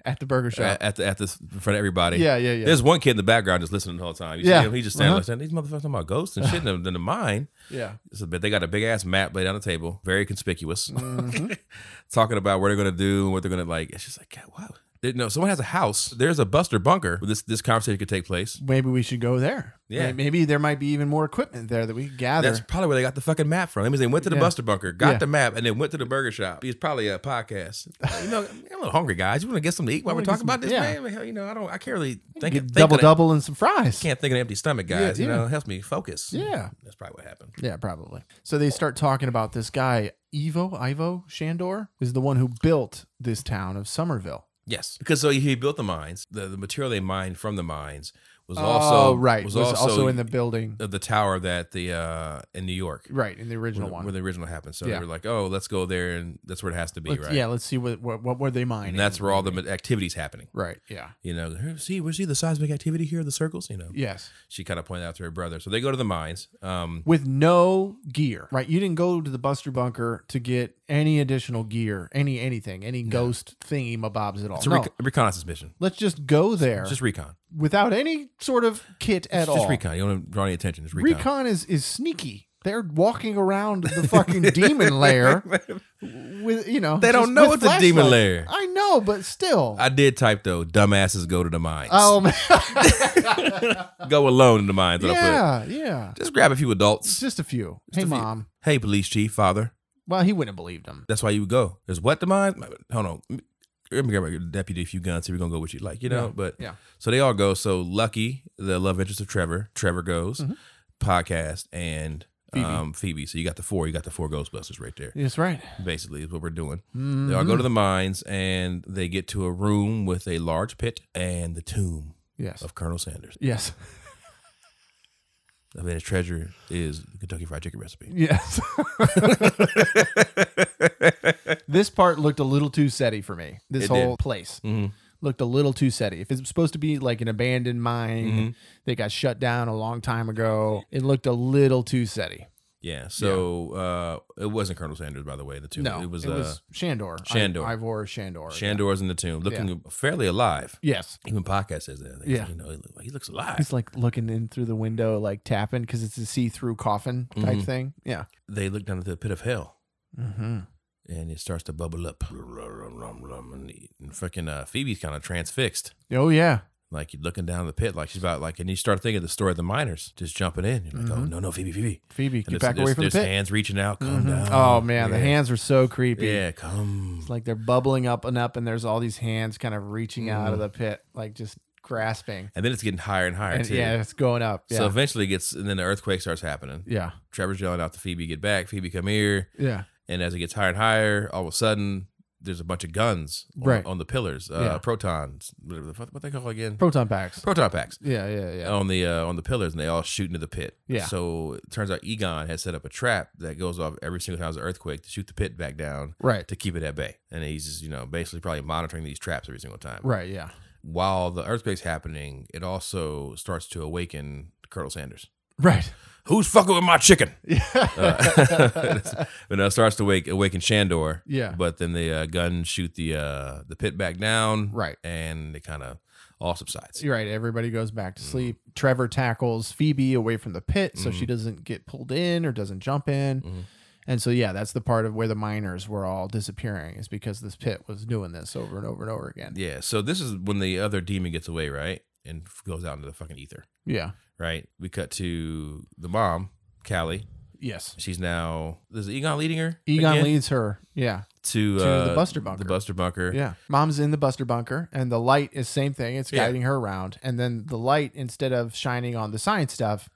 At the burger shop.
at, at the at this in front of everybody.
yeah, yeah, yeah.
There's one kid in the background just listening the whole time. You
Yeah.
see him? He just standing
Uh-huh.
like there these motherfuckers talking about ghosts and shit in the, in the mine.
yeah.
So, but they got a big ass map laid on the table, very conspicuous,
Mhm.
talking about what they're gonna do and what they're gonna like. It's just like, God, wow. They- no, someone has a house. There's a Buster bunker where this this conversation could take place.
Maybe we should go there.
Yeah.
May- Maybe there might be even more equipment there that we could gather.
That's probably where they got the fucking map from. That means they went to the
Yeah.
Buster Bunker, got
Yeah.
the map, and then went to the burger shop. He's probably a podcast. You know, I'm a little hungry, guys. You want to get something to eat while
I
we're
wanna
talking
get
about this,
some- yeah.
man? Hell, you know, I don't. I can't really think.
Get
think
double
on a-
double and some fries.
Can't think of an empty stomach,
Yeah,
guys. You
yeah.
know, it helps me focus.
Yeah.
that's probably what happened.
Yeah, probably. So they start talking about this guy, Ivo, Ivo Shandor, is the one who built this town of Somerville.
Yes, because so he, he built the mines. The, the material they mined from the mines was
oh,
also
right.
Was, also,
in the building.
the, the tower that the uh in New York
right, in the
where,
original
the-
one.
where the original happened. So
Yeah.
they were like, oh, let's go there, and that's where it has to be,
Let's-
right?
Yeah, let's see what, what what were they mining.
and that's where all the activities happening.
Right, yeah.
you know, "Here, see, we see the seismic activity here, the circles, you know.
Yes.
She kind of pointed out to her brother. So they go to the mines. Um,
With no gear. Right. You didn't go to the Buster Bunker to get any additional gear, any anything, any ghost thingy mabobs at all.
it's a
No.
rec- reconnaissance mission.
Let's just go there
It's just recon.
without any sort of kit at
It's
all.
just recon. You don't wanna draw any attention. It's recon.
Recon. is is sneaky. They're walking around the fucking demon lair with you know.
They don't
just
know
with
it's a demon
flashlight.
lair.
I know, but still.
I did type though, dumbasses go to the mines.
oh man.
Go alone in the mines. that I put.
yeah, yeah.
Just grab a few
It's
adults.
just a few.
Just
hey,
a few.
mom.
Hey, police chief, father.
Well, he wouldn't have believed him.
That's why you would go. There's what the mines? Hold on. Let me grab my deputy a few guns. See if we're gonna go with you. Like, you know,
Yeah.
but
Yeah.
So they all go. So Lucky, the love interest of Trevor, Trevor goes,
Mhm.
podcast, and
Phoebe.
um, Phoebe. So you got the four. You got the four Ghostbusters right there.
That's right.
Basically, is what we're doing. They all go
Mm-hmm.
to the mines and they get to a room with a large pit and the tomb
yes.
of Colonel Sanders.
Yes.
I mean, his treasure is the Kentucky Fried Chicken recipe.
Yes. this part looked a little too setty for me. This
It
whole place
Mhm.
looked a little too setty. If it's supposed to be like an abandoned mine
Mm-hmm.
that got shut down a long time ago, it looked a little too setty.
Yeah. So Uh, it wasn't Colonel Sanders, by the way. The tomb.
No,
it was,
it
uh,
was Shandor. I-
Shandor.
Ivor Shandor.
Shandor's in the tomb, looking fairly alive.
Yes.
Even podcast says that. They-
Yeah.
You know, he look- he looks alive.
He's like looking in through the window, like tapping because it's a see through coffin type
Mhm.
thing. Yeah.
they look down into the pit of hell.
Mm-hmm.
and it starts to bubble up. And and fucking uh, Phoebe's kind of transfixed.
Oh, yeah.
Like you're looking down the pit, like she's about like, and you start thinking of the story of the miners just jumping in. You're like, oh no, no, Phoebe, Phoebe,
Phoebe,
And
Mm-hmm. get back away from the
there's
pit.
hands reaching out, come
Mhm.
down.
Oh, man.
Yeah.
The hands are so creepy.
yeah, come.
It's like they're bubbling up and up, and there's all these hands kind of reaching out
Mm.
of the pit, like just grasping.
And then it's getting higher and higher
And
too.
yeah, it's going up. Yeah.
So eventually it gets, and then the earthquake starts happening.
yeah.
Trevor's yelling out to Phoebe, get back, Phoebe, come here.
Yeah.
And as it gets higher and higher, all of a sudden there's a bunch of guns on,
Right.
on the pillars, uh,
Yeah.
protons, whatever the fuck, what they call again,
Proton packs.
proton packs.
Yeah. Yeah. Yeah.
on the uh, on the pillars and they all shoot into the pit.
Yeah.
So it turns out Egon has set up a trap that goes off every single time there's an earthquake to shoot the pit back down
Right.
to keep it at bay. And he's just, you know, basically probably monitoring these traps every single time.
Right. Yeah.
While the earthquake's happening, it also starts to awaken Colonel Sanders.
Right.
Who's fucking with my chicken?
Yeah.
Uh, and it starts to wake awaken Shandor.
Yeah.
But then the uh, gun shoot the uh, the pit back down.
Right.
And it kind of all subsides.
You're right. Everybody goes back
Mm.
to sleep. Trevor tackles Phoebe away from the pit so
Mm.
she doesn't get pulled in or doesn't jump in.
Mm-hmm.
And so, yeah, that's the part of where the miners were all disappearing is because this pit was doing this over and over and over again.
Yeah, so this is when the other demon gets away, right? And f- goes out into the fucking ether,
Yeah.
right? We cut to the mom, Callie.
Yes.
She's now is Egon leading her?
Egon
again?
leads her. Yeah.
to,
to
uh,
the Buster Bunker.
The Buster Bunker.
Yeah. Mom's in the Buster Bunker and the light is same thing. It's
Yeah.
guiding her around. And then the light, instead of shining on the science stuff,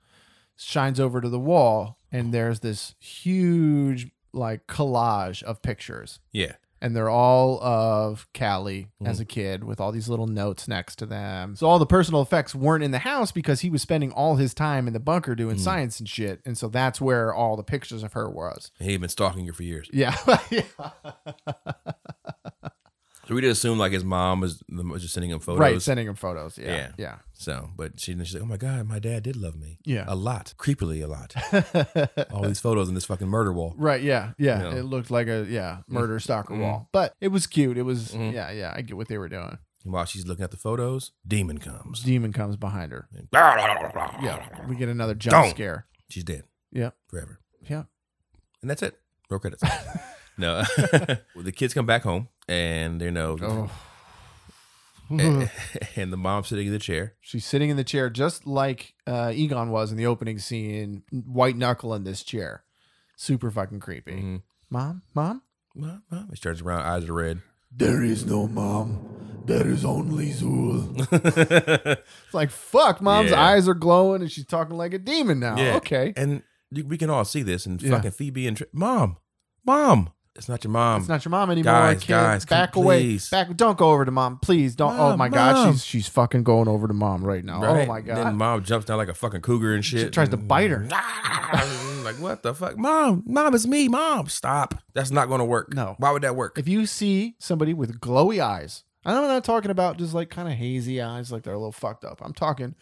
shines over to the wall. And there's this huge like collage of pictures.
Yeah.
and they're all of Callie as a kid with all these little notes next to them. So all the personal effects weren't in the house because he was spending all his time in the bunker doing science and shit. And so that's where all the pictures of her was.
He had been stalking her for years.
Yeah. yeah.
So So we did assume like his mom was, the, was just sending him photos.
Right, sending him photos.
Yeah.
Yeah. Yeah.
so, but she, she's like, oh my God, my dad did love me.
Yeah.
A lot. Creepily a lot. All these photos in this fucking murder wall.
Right, yeah, yeah.
No.
It looked like a yeah murder stalker
Mm.
wall, but it was cute. It was
Mhm.
yeah, yeah. I get what they were doing.
And while she's looking at the photos, demon comes.
Demon comes behind her. Yeah, we get another jump
Don't.
scare.
She's dead.
Yeah.
Forever.
Yeah.
And that's it. Roll credits. no. the kids come back home and you know
Oh,
and, and the mom's sitting in the chair.
she's sitting in the chair just like uh, Egon was in the opening scene, white knuckle in this chair. Super fucking creepy.
Mhm.
Mom, mom.
Mom, mom. She turns around, eyes are red.
There is no mom. There is only Zul. It's like fuck. Mom's
Yeah.
eyes are glowing, and she's talking like a demon now.
Yeah.
Okay,
and you- we can all see this. And
Yeah.
fucking Phoebe and Tr- mom, mom. It's not your mom.
It's not your mom anymore.
Um, guys,
kid.
guys, come-
back away.
please.
Back. Don't go over to mom, please. Don't. oh
Mom,
my god,
mom.
she's she's fucking going over to mom right now.
Right?
Oh my god.
Then mom jumps down like a fucking cougar and shit.
tries to bite her.
like what the fuck, mom? Mom, it's me, mom. Stop. That's not going to work.
No.
Why would that work?
if you see somebody with glowy eyes, and I'm not talking about just like kind of hazy eyes, like they're a little fucked up. I'm talking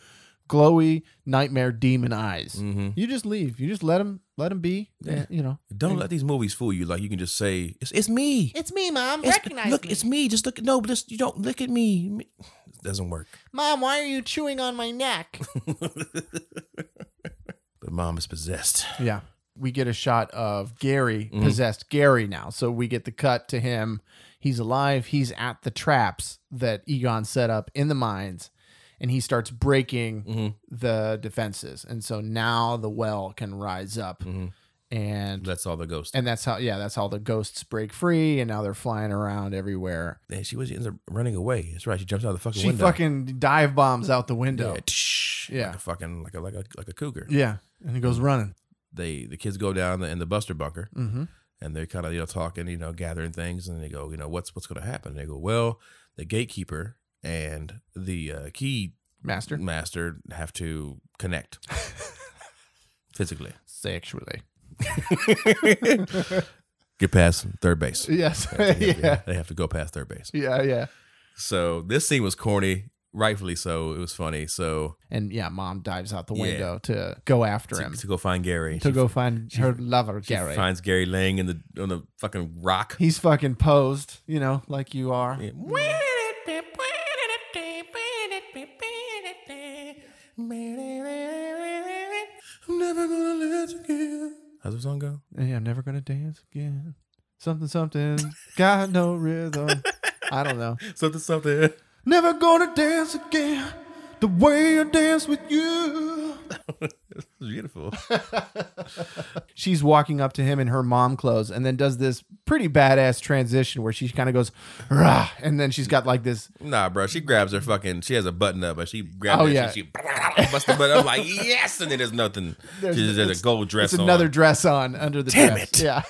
glowy nightmare demon eyes.
hmm
You just leave. You just let them let them be.
Yeah.
You know.
Don't let these movies fool you. Like you can just say it's it's me.
It's me, Mom.
It's-
Recognize
look,
me.
it's me. Just look. No, just you don't look at me. Me- It doesn't work.
Mom, why are you chewing on my neck?
But mom is possessed.
Yeah. We get a shot of Gary,
Mm-hmm.
possessed Gary now. So we get the cut to him. He's alive. He's at the traps that Egon set up in the mines and he starts breaking
Mhm.
the defenses. And so now the well can rise up
Mhm.
and
That's all the ghost.
and that's how yeah, that's how the ghosts break free and now they're flying around everywhere.
And she was she ends up running away. That's right. She jumps out of the fucking
She
window.
fucking dive bombs out the window.
yeah, tsh,
Yeah.
Like a fucking like a like a like a cougar.
Yeah. And he goes running.
They the kids go down in the, in the Buster bunker.
Mm-hmm.
and they're kind of you know talking, you know, gathering things, and they go, you know, what's what's going to happen? they go, well, the gatekeeper and the uh, key
Master.
Mm. master have to connect physically.
Sexually.
Get past third base.
Yes.
They have to-
yeah.
they have to go past third base.
Yeah, yeah.
So this scene was corny, rightfully so. It was funny. So
And yeah, mom dives out the
Yeah.
window to go after
to,
him
to go find Gary,
to go find her lover
she
Gary.
finds Gary laying in the on the fucking rock.
He's fucking posed, you know, like you are.
Yeah. I'm never gonna let you go. How's the song go?
Hey, I'm never gonna dance again. Something, something, got no rhythm. I don't know.
Something, something.
Never gonna dance again. The way I dance with you.
Beautiful.
She's walking up to him in her mom clothes and then does this pretty badass transition where she kind of goes, Rah, and then she's got like this
Nah, bro. She grabs her fucking. She has a button up, but she grabs.
Oh,
that
yeah.
shit, She, busts the button. I'm like, yes, and then there's nothing.
There's-
she just has a
it's-
gold dress.
it's
on.
another dress on under the
Damn
dress.
it.
Yeah.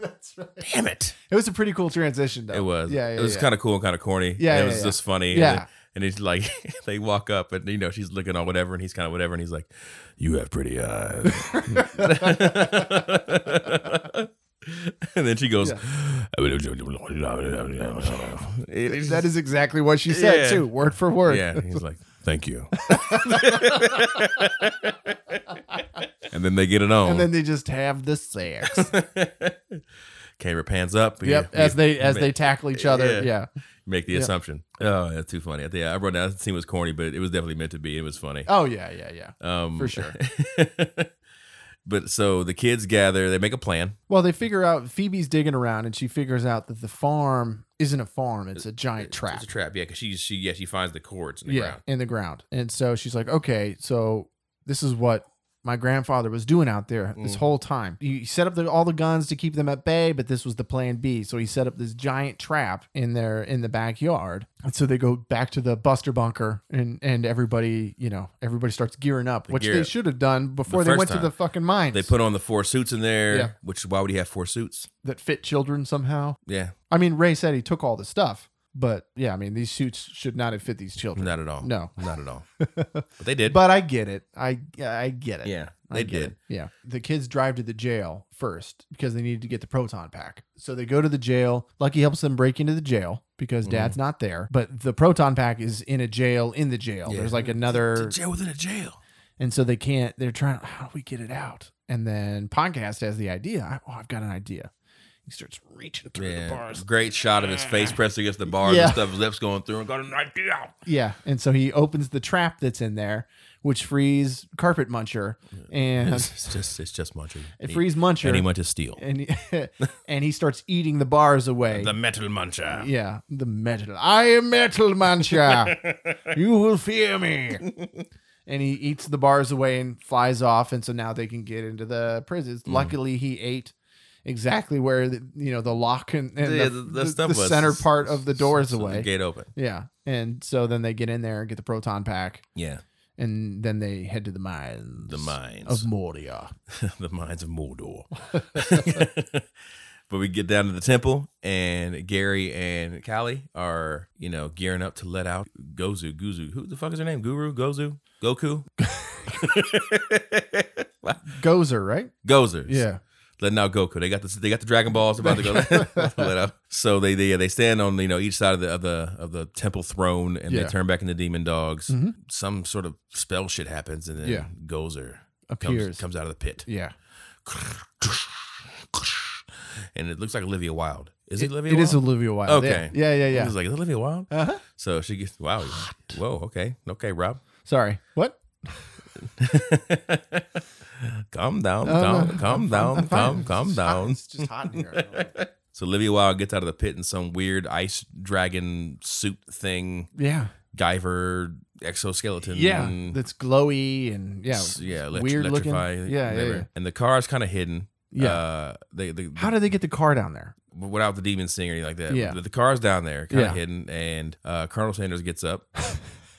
That's right.
Damn it.
It was a pretty cool transition, though.
It was.
Yeah, yeah.
it was
yeah.
kind of cool and kind of corny.
Yeah,
And
yeah,
it was
yeah.
just funny.
Yeah.
And, it- and it's like they walk up and you know she's looking on whatever and he's kind of whatever and he's like, "You have pretty eyes." and then she goes,
That is exactly what she said
Yeah.
too, word for word.
Yeah. and He's like, "Thank you." and then they get it on.
And then they just have the sex.
Camera pans up.
yep.
You-
As
you-
they as
ma-
they tackle each other.
Yeah.
Yeah.
make the
yeah.
assumption. Oh, that's too funny. I think I wrote down that scene was corny, but it was definitely meant to be. It was funny.
Oh yeah, yeah, yeah.
Um,
For sure.
but so the kids gather, they make a plan.
Well, they figure out Phoebe's digging around and she figures out that the farm isn't a farm, it's a giant trap.
It's a trap, yeah, because she she yeah she finds the cords in the
yeah,
ground.
in the ground. And so she's like, okay, so this is what my grandfather was doing out there this
Mhm.
whole time. He set up the, all the guns to keep them at bay, but this was the plan B. So he set up this giant trap in their in the backyard. And so they go back to the Buster bunker, and and everybody, you know, everybody starts gearing up, which
gear
they
up.
should have done before they
first
went
time.
to the fucking mines.
They put on the four suits in there,
Yeah.
which why would he have four suits?
that fit children somehow.
Yeah,
I mean, Ray said he took all the stuff, But yeah, I mean, these suits should not have fit these children.
Not at all.
No.
Not at all. But they did.
But I get it. I I get it.
yeah,
I
they
get
did.
it. Yeah. The kids drive to the jail first because they needed to get the proton pack. So they go to the jail. Lucky helps them break into the jail
Mm-hmm.
because dad's not there. But the proton pack is in a jail in the jail.
Yeah.
There's like
It's a
another
jail within a jail.
and so they can't they're trying how do we get it out? And then podcast has the idea. I, oh, I've got an idea. He starts reaching through the
Yeah.
bars.
Great shot of his face pressed against the bars
Yeah.
and stuff, his lips going through and got an idea.
Yeah. And so he opens the trap that's in there, which frees Carpet Muncher and
It's just it's just Muncher.
it
He-
frees Muncher.
and he went to steal.
and he, and he starts eating the bars away.
The metal muncher.
yeah, the metal. I am metal mancha. you will fear me. And he eats the bars away and flies off, and so now they can get into the prisons.
Mm.
Luckily, he ate exactly where the, you know the lock and, and
Yeah,
the,
the- the
the-
stuff
the
was-
center part of the doors
So
away.
the gate open.
yeah, and so then they get in there and get the proton pack,
Yeah.
and then they head to the mines.
The mines.
of Moria.
the mines of Mordor. but we get down to the temple, and Gary and Callie are, you know, gearing up to let out Gozu. Guzu. Who the fuck is her name? Guru? Gozu? Goku?
Gozer, right?
Gozers.
Yeah.
Letting out Goku. They got the they got the Dragon Balls about to go let out. So they they, they stand on you know each side of the of the of the temple throne and
Yeah.
they turn back into demon dogs.
Mhm.
Some sort of spell shit happens and then
Yeah.
Gozer
Appears.
comes, comes out of the pit.
Yeah.
and it looks like Olivia Wilde. Is it,
It-
Olivia?
It
Wilde?
is Olivia Wilde.
Okay.
Yeah, yeah,
I
yeah.
was like, is it Olivia Wilde?
yeah. Uh-huh.
So she gets wow. Whoa. Okay. Okay, Rob.
Sorry. What?
calm down.
No,
calm,
no, no,
calm
Oh, I'm-
down.
I'm fine.
calm.
It's
Calm
just hot.
down.
It's just hot in here.
So Olivia Wilde gets out of the pit in some weird ice dragon suit thing,
yeah.
Guyver exoskeleton.
Yeah. That's glowy and yeah.
S- yeah. Elect-
weird looking. Yeah,
electrify.
yeah,
whatever.
yeah.
And the car is kind of hidden.
Yeah.
Uh, they, they,
How did they get the car down there?
without the demon singing or anything like that.
Yeah.
The, the car's down there, kind of
Yeah.
hidden, and uh, Colonel Sanders gets up.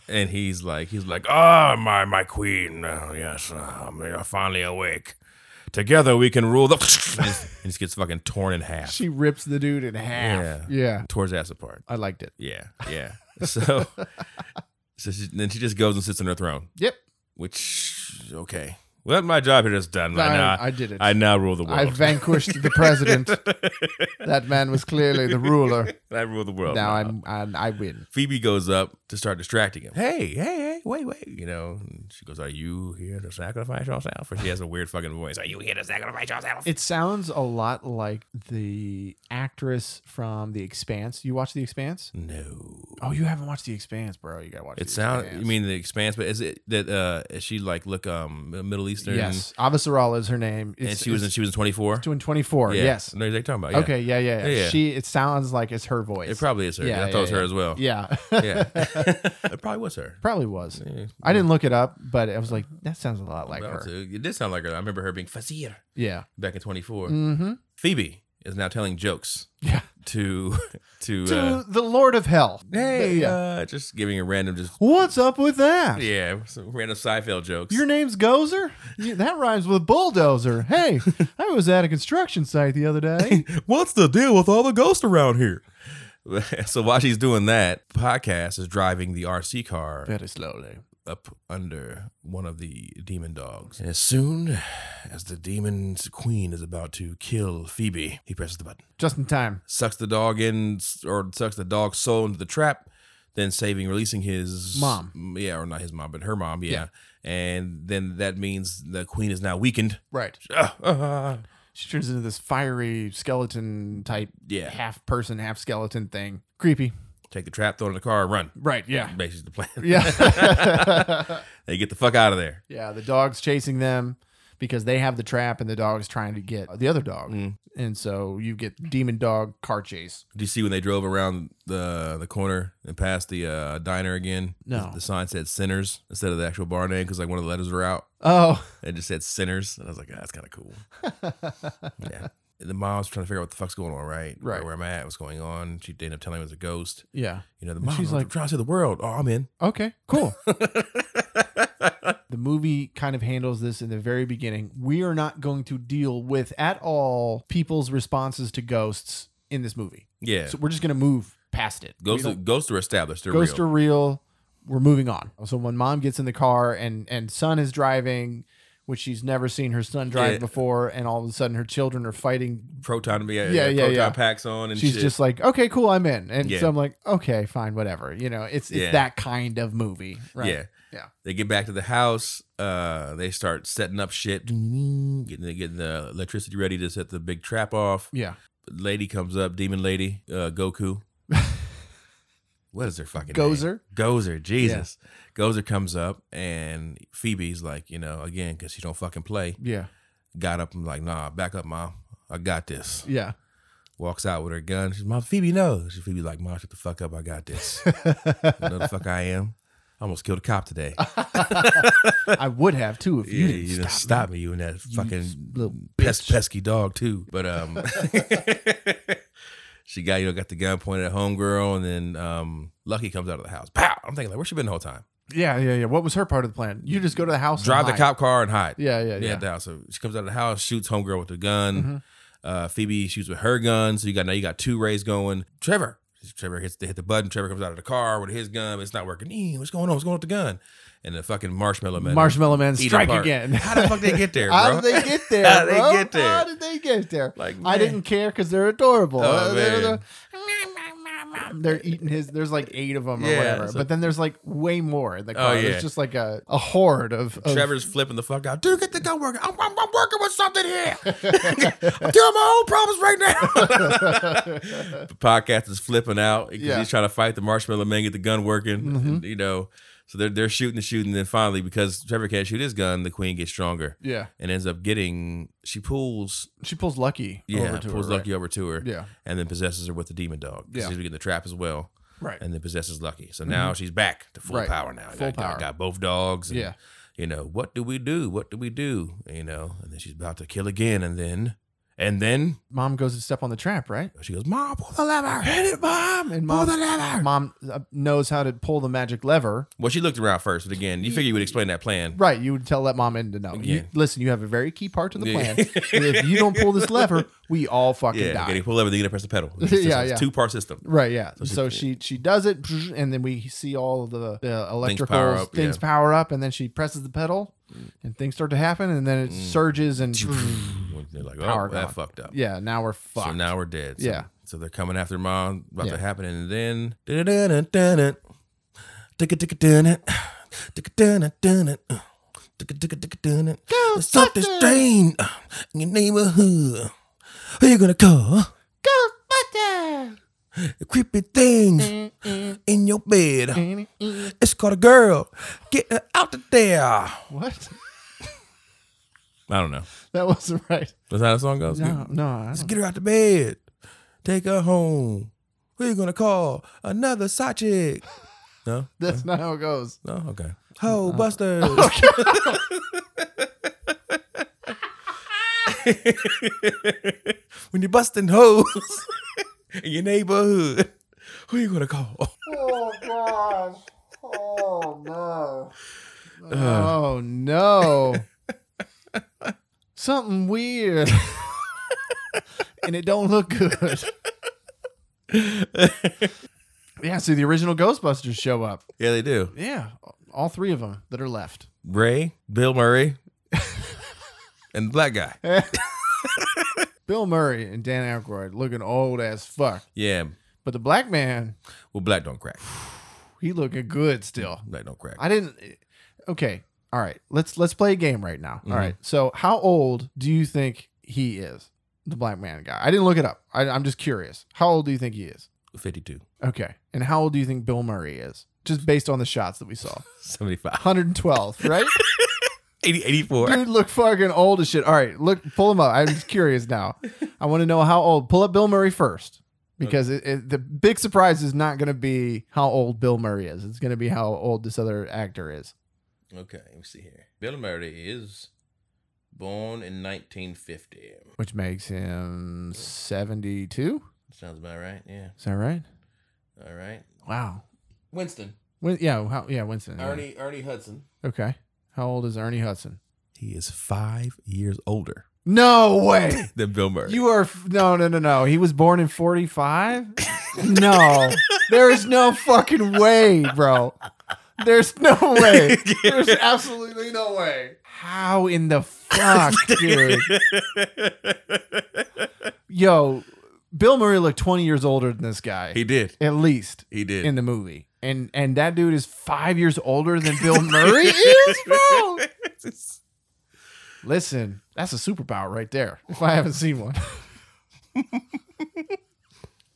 And he's like, he's like, ah, my my queen, oh, yes, ah, we are finally awake. Together we can rule the. and he just gets fucking torn in half,
She rips the dude in half.
Yeah.
Yeah.
towards ass apart.
I liked it.
Yeah, yeah. So, so she, then she just goes and sits on her throne,
Yep.
which okay. Well, my job here is done. I, now,
I, I did it.
I
I,
now rule the world.
vanquished the president. that man was clearly the ruler.
I rule the world.
now I'm, I'm I win.
Phoebe goes up to start distracting him. Hey, hey, hey, wait, wait. You know, and she goes, Are you here to sacrifice yourself? Or she has a weird fucking voice. Are you here to sacrifice yourself?
It sounds a lot like the actress from The Expanse. You watch The Expanse?
no.
Oh, you haven't watched The Expanse, bro. You gotta watch.
Mm. It
The
sounds, you
Expanse.
mean the expanse, but is it that, uh, is she like, look, um, Middle Eastern?
Yes, Avisaral is her name.
And
It's-
she was in,
it's
she was in 24?
doing twenty four.
Yeah.
Yes.
No, you're talking about. Yeah.
Okay. Yeah, yeah, yeah.
Yeah, yeah.
She. It sounds like it's her voice.
It probably is her.
Yeah,
I thought it was
yeah,
her as well.
Yeah.
Yeah. it probably was her.
probably was.
Yeah.
I didn't look it up, but I was like, that sounds a lot like
Well,
her.
It did sound like her. I remember her being Fazir
Yeah.
back in 24.
Mm-hmm.
Phoebe is now telling jokes
Yeah.
to, to,
To
uh,
the Lord of Hell.
Hey,
Yeah.
uh, just giving a random, just
What's up with that?
yeah, some random Seinfeld jokes.
Your name's Gozer? Yeah, that rhymes with bulldozer. Hey, I was at a construction site the other day.
What's the deal with all the ghosts around here? so while she's doing that, podcast is driving the RC car
Very slowly.
up under one of the demon dogs. And as soon as the demon's queen is about to kill Phoebe, he presses the button,
Just in time.
sucks the dog in, or sucks the dog's soul into the trap. Then saving, releasing his
Mom.
yeah, or not his mom, but her mom, yeah.
Yeah.
And then that means the queen is now weakened.
Right.
Ah, ah, ah.
She turns into this fiery skeleton type
Yeah.
half person, half skeleton thing. Creepy.
Take the trap, throw it in the car, and run.
Right, yeah.
Basically, the plan.
Yeah.
they get the fuck out of there.
yeah, the dog's chasing them because they have the trap and the dog's trying to get the other dog.
Mm.
And so you get demon dog car chase.
Do you see when they drove around the the corner and past the uh, diner again?
No.
The, the sign said "Sinners" instead of the actual bar name because like one of the letters were out.
Oh,
It just said "Sinners," and I was like, ah, "That's kind of cool." yeah. And the mom's trying to figure out what the fuck's going on, right?
Right.
Where, I'm at, what's going on. She ended up telling me it was a ghost.
yeah.
You know, the
And
mom.
she's
She's like,
like-
trying to save the world. Oh, I'm in.
Okay, cool. the movie kind of handles this in the very beginning. We are not going to deal with at all people's responses to ghosts in this movie.
Yeah.
So we're just going to move past it.
Ghosts, ghosts are established. They're
Ghosts
real.
are real. We're moving on. So when mom gets in the car and and son is driving, which she's never seen her son drive
Yeah.
before, and all of a sudden her children are fighting.
proton,
Yeah,
yeah, yeah,
yeah,
proton
yeah.
packs on and
She's
shit.
just like, okay, cool, I'm in. And
Yeah.
so I'm like, okay, fine, whatever. You know, it's it's
Yeah.
that kind of movie, right?
yeah,
Yeah.
They get back to the house. Uh, they start setting up shit, getting the, getting the electricity ready to set the big trap off.
yeah.
Lady comes up, demon lady, uh, Goku. what is her fucking name?
Gozer.
Gozer, Jesus. Gozer comes up and Phoebe's like, you know, again because she don't fucking play.
Yeah,
Got up and like, nah, back up, mom. I got this.
yeah.
Walks out with her gun. She's, Mom, Phoebe, no. She, Phoebe's like, Mom, shut the fuck up. I got this. you know the fuck I am? I almost killed a cop today.
I would have too if you
Yeah,
didn't
you done
stop.
stop me. You and that fucking
Little
pes- pesky dog too. But um, she got you know got the gun pointed at homegirl, and then um, Lucky comes out of the house. Pow! I'm thinking like, where she been the whole time?
Yeah, yeah, yeah. What was her part of the plan? You just go to the house, and
Drive the
hide.
cop car and hide.
Yeah, yeah,
yeah.
yeah.
at the house. So she comes out of the house, shoots homegirl with the gun. Uh, Phoebe shoots with her gun. So you got now you got two rays going. Trevor, Trevor hits they hit the button. Trevor comes out of the car with his gun. But it's not working. Eh, what's going on? What's going on with the gun? And the fucking marshmallow man.
Marshmallow Man
Eat 'em
strike
apart.
again.
How the fuck they get there, bro?
How did they get there?
How did they
bro?
get there?
How did they get there?
Like,
I
man.
didn't care because they're adorable.
Oh,
Uh, they're,
man.
the- they're eating his. There's like eight of them or
Yeah,
whatever.
so-
but then there's like way more in the car.
yeah.
There's just like a, a horde of, of
Trevor's flipping the fuck out. Dude, get the gun working. I'm, I'm, I'm working with something here. I'm doing my own problems right now. the podcast is flipping out because
Yeah. Mm-hmm.
he's trying to fight the marshmallow man, get the gun working. and, you know, so they're they're shooting and shooting. And then finally, because Trevor can't shoot his gun, the queen gets stronger
Yeah,
and ends up getting. She pulls,
she pulls Lucky.
yeah,
over to
pulls
her, right?
Lucky over to her,
Yeah,
and then possesses her with the demon dog. 'cause
Yeah.
She's getting the trap as well,
right.
and then possesses Lucky. So now she's back to full
Mm-hmm. Right.
power. Now I
Full
got, I
power.
got both dogs. and
yeah,
you know, what do we do? What do we do? You know, and then she's about to kill again, and then, and then
mom goes to step on the trap, right?
she goes, "Mom, pull the lever, hit it, mom,
And
pull
mom-
the lever."
Mom uh, knows how to pull the magic lever.
Well, she looked around first, but again, you figure you would explain that plan.
Right, you would tell that mom in to know.
Yeah.
You, listen, you have a very key part to the
Yeah.
plan. if you don't pull this lever, we all fucking
Yeah,
die.
okay, you pull the lever, then you gotta press the pedal. It's,
Yeah, yeah.
Two part system.
Right, yeah. So,
she-
she she does it, and then we see all of the, the electrical
power
things, power up,
up,
Mm.
yeah.
and then she presses the pedal, and things start to happen, and then it surges, and
They're like, oh,
Power
that
gone.
fucked up.
yeah, now we're fucked.
So now we're dead. So,
Yeah.
So they're coming after mom, about to
Yeah.
happen, and then. dun-dun-dun-dun-dun, dun-dun-dun-dun, dun-dun-dun-dun, dun-dun-dun-dun, There's something strange in your neighborhood. Who you gonna call?
Ghostbusters!
Creepy things in your bed. It's called a girl. Get her out of there. I
what?
don't know.
that wasn't right.
That's how the song goes.
No, no, I don't-
Get her out the bed. Take her home. Who you gonna call? Another side chick. No?
that's not how it goes.
No? Okay. Uh-uh. Ho busters. when you're busting hoes in your neighborhood, who you gonna call?
Oh god. Oh no. Oh no. Something weird. and it don't look good. yeah, so the original Ghostbusters show up.
Yeah, they do.
Yeah, all three of them that are left.
Ray, Bill Murray, and the black guy.
Bill Murray and Dan Aykroyd looking old as fuck.
Yeah.
But the black man,
Well, black don't crack.
he looking good still.
Black don't crack.
I didn't. eh, Okay. All right. Let's let's play a game right now. All
Mhm.
right. So how old do you think he is? The black man guy. I didn't look it up. I, I'm just curious. How old do you think he is?
52.
Okay. And how old do you think Bill Murray is? Just based on the shots that we saw.
75.
112, right?
80, 84.
Dude, look fucking old as shit. All right, look, pull him up. I'm just curious now. I want to know how old. Pull up Bill Murray first, because it, it, the big surprise is not going to be how old Bill Murray is. It's going to be how old this other actor is.
Okay, let me see here. Bill Murray is born in 1950.
which makes him 72
Sounds about right. Yeah.
is that right
All right.
wow
Winston.
Win- yeah how, yeah winston yeah.
Ernie Hudson.
okay how old is ernie hudson
He is five years older.
No way.
than Bill Murray.
You are f- no, no, no, no. He was born in '45. No, there is no fucking way, bro. There's no way. There's absolutely no way. How in the
Ah,
fuck, dude? Yo, Bill Murray looked 20 years older than this guy,
he did.
at least
He did.
in the movie. And and that dude is five years older than Bill Murray is, bro. Listen, that's a superpower right there. If I haven't seen one,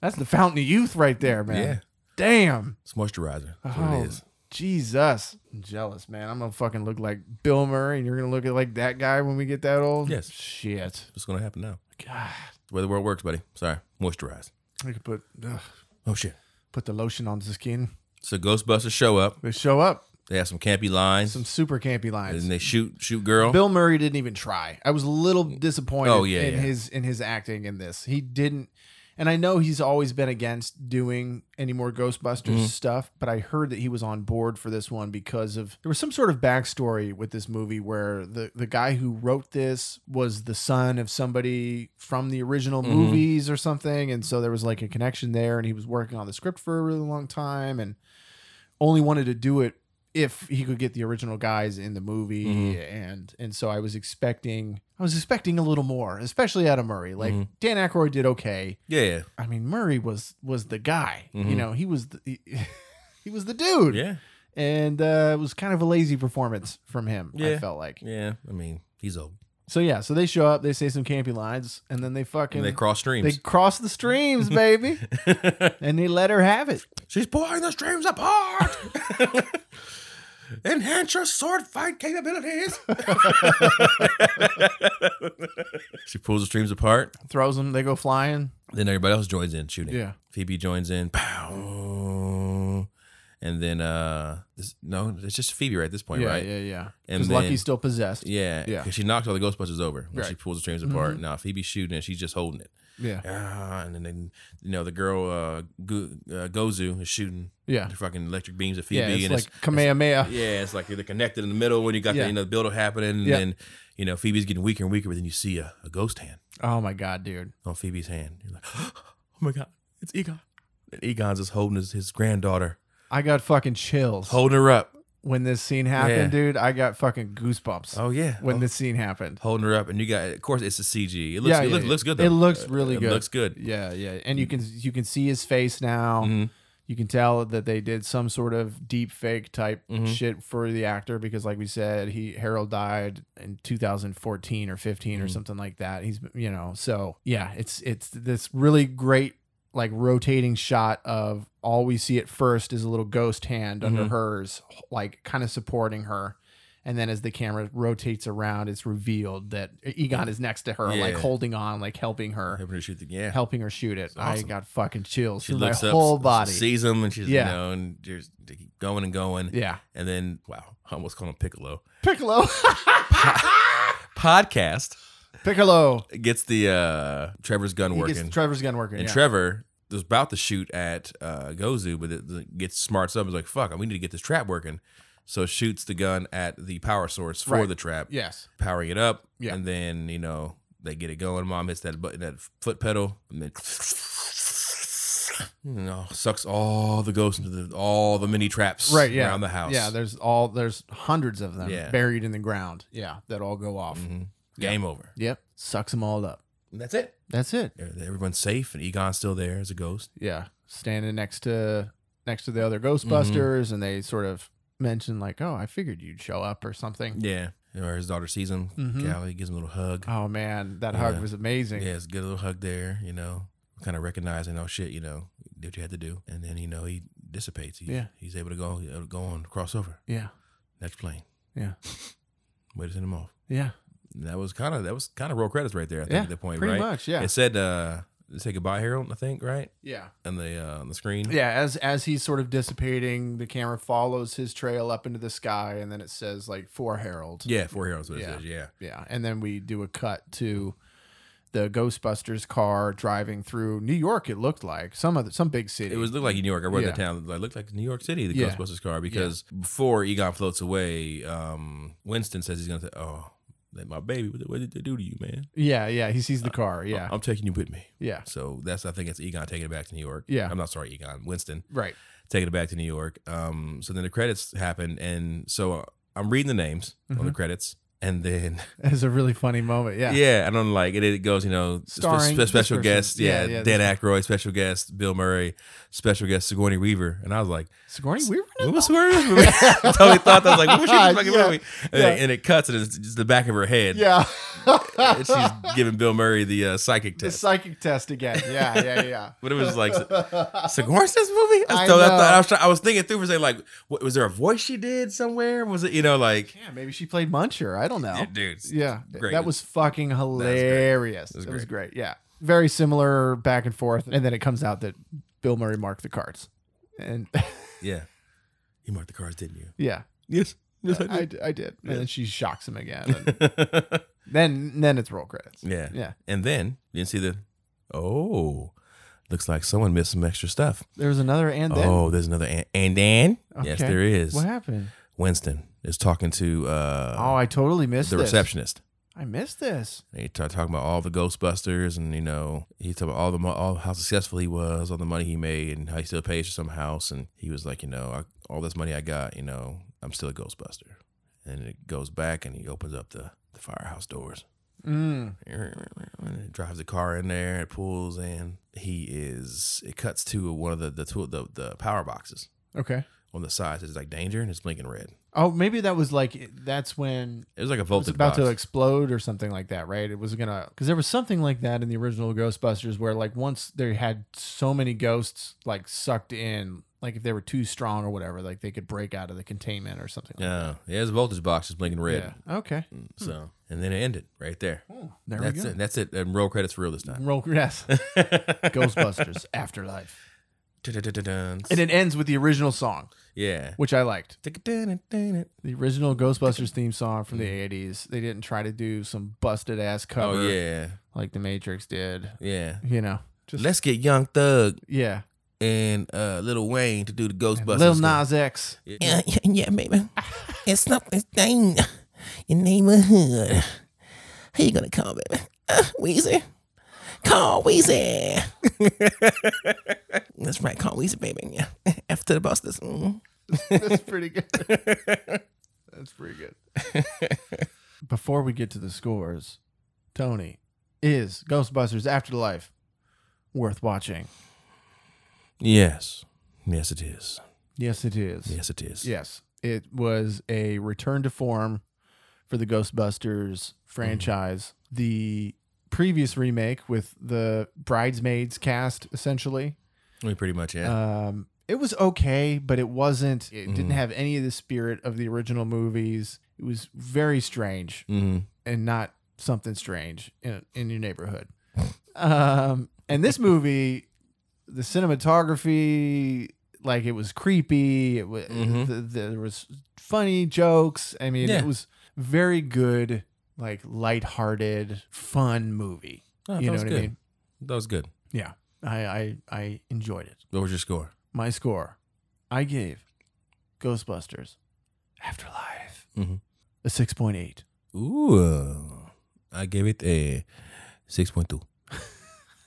that's the fountain of youth right there, man.
Yeah.
Damn.
It's moisturizer. That's
Oh,
what it is.
Jesus. I'm jealous, man. I'm gonna fucking look like Bill Murray, and you're gonna look like that guy when we get that old.
Yes.
Shit.
What's gonna happen now?
God.
The way the world works, buddy. Sorry. Moisturize.
I could put ugh,
Oh shit.
put the lotion on the skin.
So Ghostbusters show up.
They show up.
They have some campy lines.
Some super campy lines.
and they shoot shoot girl.
Bill Murray didn't even try. I was a little disappointed
Oh, yeah,
in
yeah.
his in his acting in this. He didn't and I know he's always been against doing any more Ghostbusters
Mhm.
stuff, but I heard that he was on board for this one because of there was some sort of backstory with this movie where the, the guy who wrote this was the son of somebody from the original
Mhm.
movies or something. And so there was like a connection there, and he was working on the script for a really long time and only wanted to do it if he could get the original guys in the movie
Mm-hmm.
and and so I was expecting I was expecting a little more, especially out of Murray. Like
Mhm.
Dan Aykroyd did okay.
yeah,
I mean Murray was was the guy. You
Mhm.
know, he was the he, he was the dude.
yeah,
And uh it was kind of a lazy performance from him, I
Yeah.
felt like.
yeah. I mean, he's old.
So yeah, so they show up, they say some campy lines, and then they fucking
And they cross
they
streams.
cross the streams, baby. and they let her have it.
She's pulling the streams apart. Enhance your sword fight capabilities. she pulls the streams apart.
Throws them, they go flying.
Then everybody else joins in shooting.
Yeah.
Phoebe joins in. Pow. And then uh this, no, it's just Phoebe right at this point,
yeah,
right?
yeah, yeah.
And
Because
then-
Lucky's still possessed.
Yeah,
Yeah.
'cause she knocks all the Ghostbusters over when she
Right. Mm-hmm.
pulls the streams apart. Now Phoebe's shooting and she's just holding it.
Yeah.
Ah, and then you know the girl uh, Gu- uh Gozu is shooting
Yeah.
the fucking electric beams at Phoebe,
Yeah, it's
and
like Kamehameha.
it's yeah, it's like they're connected in the middle when you got
Yeah.
the you know the build up happening, and
Yeah.
then you know Phoebe's getting weaker and weaker, but then you see a, a ghost hand
Oh my god, dude.
on Phoebe's hand. You're like, oh my god, it's Egon. And Egon's just holding his, his granddaughter,
I got fucking chills
holding her up.
when this scene happened,
Yeah.
dude. I got fucking goosebumps
Oh yeah,
when
Oh,
this scene happened.
holding her up, and you got of course it's a CG. It looks
Yeah,
it
yeah,
looks,
yeah.
looks good. Though. Uh,
It looks really
it
good.
Looks good.
Yeah, yeah. And
Hmm.
you can you can see his face now.
Mhm.
You can tell that they did some sort of deep fake type
Mm-hmm.
shit for the actor because like we said, he Harold died in 2014 or 15
Mm-hmm.
or something like that. He's you know, so yeah, it's it's this really great like rotating shot of all we see at first is a little ghost hand under
Mm-hmm.
hers, like kind of supporting her. And then as the camera rotates around, it's revealed that Egon is next to her, like
Yeah.
holding on, like helping her
Helping her shoot the yeah.
helping her shoot it. I
awesome.
got fucking chills
She
through my
looks up,
whole
s-
body.
sees him, and she's
Yeah.
you know, and just they keep going and going,
yeah,
and then wow, I almost called him Piccolo.
Piccolo,
Podcast
Piccolo.
gets the uh Trevor's gun
He
working,
gets Trevor's gun working.
and
yeah.
Trevor was about to shoot at uh Gozu, but it, it gets smarts up. He's like, "Fuck, we need to get this trap working." So shoots the gun at the power source for
Right.
the trap,
yes,
powering it up,
Yeah.
and then you know they get it going. Mom hits that button, that foot pedal, and then you know sucks all the ghosts into the, all the mini traps
right. Yeah,
around the house.
Yeah, there's all there's hundreds of them
Yeah.
buried in the ground. Yeah, that all go off.
Mhm. game over.
Yep, sucks them all up.
And that's it.
That's it.
Everyone's safe, and Egon's still there as a ghost.
Yeah, standing next to next to the other
Mm-hmm.
Ghostbusters, and they sort of mention like, "Oh, I figured you'd show up" or something.
Yeah, or his daughter sees him.
Mhm.
Callie gives him a little hug.
Oh man, that
Yeah.
hug was amazing.
Yeah, it's a good little hug there. You know, kind of recognizing, oh shit, you know, did what you had to do, and then you know he dissipates. He,
Yeah.
he's able to go able to go on cross over
yeah,
next plane.
Yeah.
way to send him off.
yeah.
That was kind of that was kind of roll credits right there. I think
Yeah,
at that point,
pretty
right?
much, yeah.
It said uh, it said goodbye, Harold. I think right
Yeah.
on the uh, on the screen.
Yeah, as as he's sort of dissipating, the camera follows his trail up into the sky, and then it says like for Harold.
yeah, four heroes. What
Yeah.
it says. Yeah,
Yeah, and then we do a cut to the Ghostbusters car driving through New York. It looked like some other some big city.
it was looked like New York. I read
Yeah.
the town. It looked like New York City. The
Yeah.
Ghostbusters car because before Egon floats away, um, Winston says he's gonna. Th- oh, Like my baby, what did- what did they do to you, man?
Yeah, yeah. He
Uh,
sees the car. Yeah,
I'm taking you with me.
yeah.
So that's I think it's Egon taking it back to New York.
Yeah.
I'm not sorry, Egon Winston
Right.
taking it back to New York. Um, so then the credits happen, and so uh, I'm reading the names on the credits, and then
It's a really funny moment. Mm-hmm. Yeah.
yeah, and I'm like, and it goes, you know, spe-
Starring
spe-
this
special
person.
guest,
Yeah,
yeah,
yeah,
Dan Aykroyd, special guest Bill Murray, special guest Sigourney Weaver, and I was like,
Sigourney Weaver.
what was where is movie? I totally thought that I was like, what was she in this fucking
Yeah,
movie? And,
yeah.
it- and it cuts, and it's just the back of her head.
Yeah.
And she's giving Bill Murray the uh, psychic
the
test.
psychic test again. Yeah, yeah, yeah.
But it was like Sigourney's this
I
movie. I, so I,
know.
thought, I was trying, I was thinking through for a second, like, what, was there a voice she did somewhere? Was it you know like,
yeah, maybe she played Muncher. I don't know.
yeah, dude, it's-
yeah,
great.
that was fucking hilarious. That was
was
great. Yeah, very similar back and forth, and then it comes out that Bill Murray marked the cards, and
yeah. You marked the cards, didn't you?
yeah,
Yes, yes,
I, d- I did. And then she shocks him again. And then then it's roll credits.
yeah,
Yeah,
And then you didn't see the, oh, looks like someone missed some extra stuff.
there was another and then.
oh, there's another and, and then yes,
Okay.
there is.
What happened?
Winston is talking to uh,
Oh, I totally missed
the
this.
receptionist.
I missed this.
He t- talking about all the Ghostbusters, and you know, he talked about all the mo- all how successful he was, all the money he made, and how he still pays for some house. And he was like, you know, I, all this money I got, you know, I'm still a Ghostbuster. And it goes back, and he opens up the, the firehouse doors,
Mm.
and it drives the car in there, it pulls in. He is. It cuts to one of the the tool, the, the power boxes
Okay.
on the sides. It's like danger, and it's blinking red.
Oh, maybe that was like that's when
It was like
it
a
was
voltage
about
box.
to explode or something like that, right? It was gonna because there was something like that in the original Ghostbusters where like once they had so many ghosts like sucked in, like if they were too strong or whatever, like they could break out of the containment or something. Like
yeah, yeah, it's a voltage box. It's blinking
that.
red.
Yeah. Okay.
So, and then it ended right there.
Oh, there
That's
we go.
it. That's it. And roll credits for real this time.
Roll yes. Ghostbusters Afterlife.
Dun-dun-dun-dun-duns.
And it ends with the original song,
Yeah.
which I liked.
Dun-dun-dun-dun-dun.
The original Ghostbusters theme song from the 80s. They didn't try to do some busted ass cover
Mm-hmm. Oh yeah,
like The Matrix did.
yeah.
You know, just
Let's get Young Thug
yeah.
and uh, Little Wayne to do the Ghostbusters.
Lil Nas X.
Yeah.
yeah, yeah, baby. It's not this thing. Your neighborhood. Who you gonna call, baby? Uh, Weezy. Call Weezy. That's right, call Weezy, baby. Yeah. After the busters. Mm.
That's pretty good. That's pretty good. Before we get to the scores, Tony, is Ghostbusters Afterlife worth watching?
Yes. Yes, it is.
Yes, it is.
Yes, it is.
Yes. It was a return to form for the Ghostbusters franchise. The previous remake with the Bridesmaids cast, essentially.
I mean, pretty much. Yeah.
Um, it was okay, but it wasn't, it didn't
Mhm.
have any of the spirit of the original movies. It was very strange
hmm
and not something strange in, in your neighborhood. um, and this movie, the cinematography, like it was creepy. It was
Mhm.
the, there was funny jokes. I mean,
Yeah.
it was very good, like lighthearted, fun movie.
Oh, that
you know
was
what
good.
I mean?
That was good.
Yeah, I, I I enjoyed it.
What was your score?
My score, I gave Ghostbusters Afterlife
Mhm.
a six point eight.
Ooh, I gave it a six point two.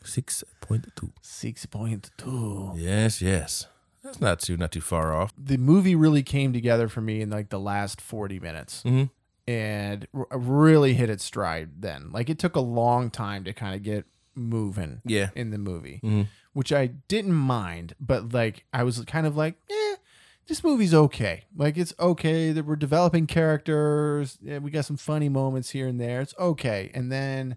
six point two.
Six point two.
Yes, yes. That's not too not too far off.
the movie really came together for me in like the last 40 minutes
Mhm.
and r- really hit its stride then like it took a long time to kind of get moving
Yeah.
in the movie
Mhm.
which i didn't mind but like i was kind of like eh, this movie's okay like it's okay that we're developing characters yeah, we got some funny moments here and there it's okay and then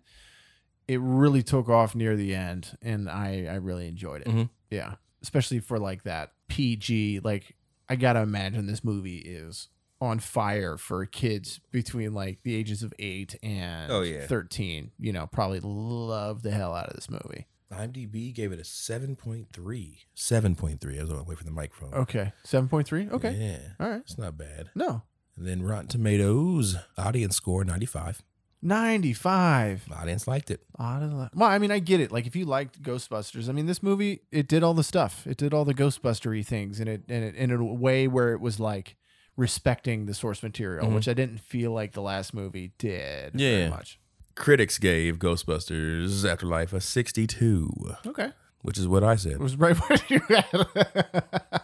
it really took off near the end and i i really enjoyed it
Mhm.
yeah especially for like that pg like i gotta imagine this movie is on fire for kids between like the ages of 8 and
Oh, yeah.
13 you know probably love the hell out of this movie
IMDb gave it a seven point three. Seven point three. I was away from the microphone.
okay 7.3 Oh, okay
Yeah.
all right
It's not bad.
no
And then Rotten Tomatoes audience score ninety five.
95
Audience liked it.
Out of the- well i mean i get it like if you liked ghostbusters i mean this movie it did all the stuff it did all the ghostbustery things and it and it in a way where it was like respecting the source material, which I didn't feel like the last movie did. very
Yeah.
much.
Critics gave Ghostbusters Afterlife a 62,
Okay,
which is what I said.
it was right where you had.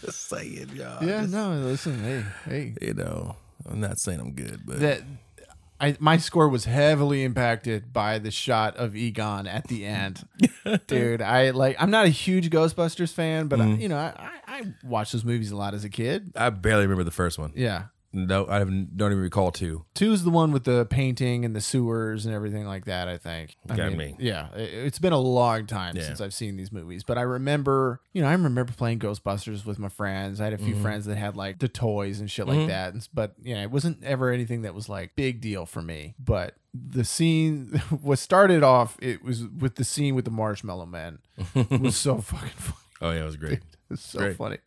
Just saying, y'all.
yeah, no, listen, hey, hey,
You know, I'm not saying I'm good, but
that. I, my score was heavily impacted by the shot of Egon at the end, dude. I like. I'm not a huge Ghostbusters fan, but I, you know, I, I, I watched those movies a lot as a kid.
I barely remember the first one.
Yeah,
No, I haven't- don't even recall two.
Two's the one with the painting and the sewers and everything like that. I think. I
Got
mean,
me.
Yeah, i- it's been a long time
Yeah.
since I've seen these movies, but I remember, you know, I remember playing Ghostbusters with my friends. I had a
Mm-hmm.
few friends that had like the toys and shit like that, and, but you know, it wasn't ever anything that was like big deal for me. But the scene was started off. It was with the scene with the Marshmallow Man. It was so fucking funny.
Oh yeah, it was great.
It's so
Great.
funny.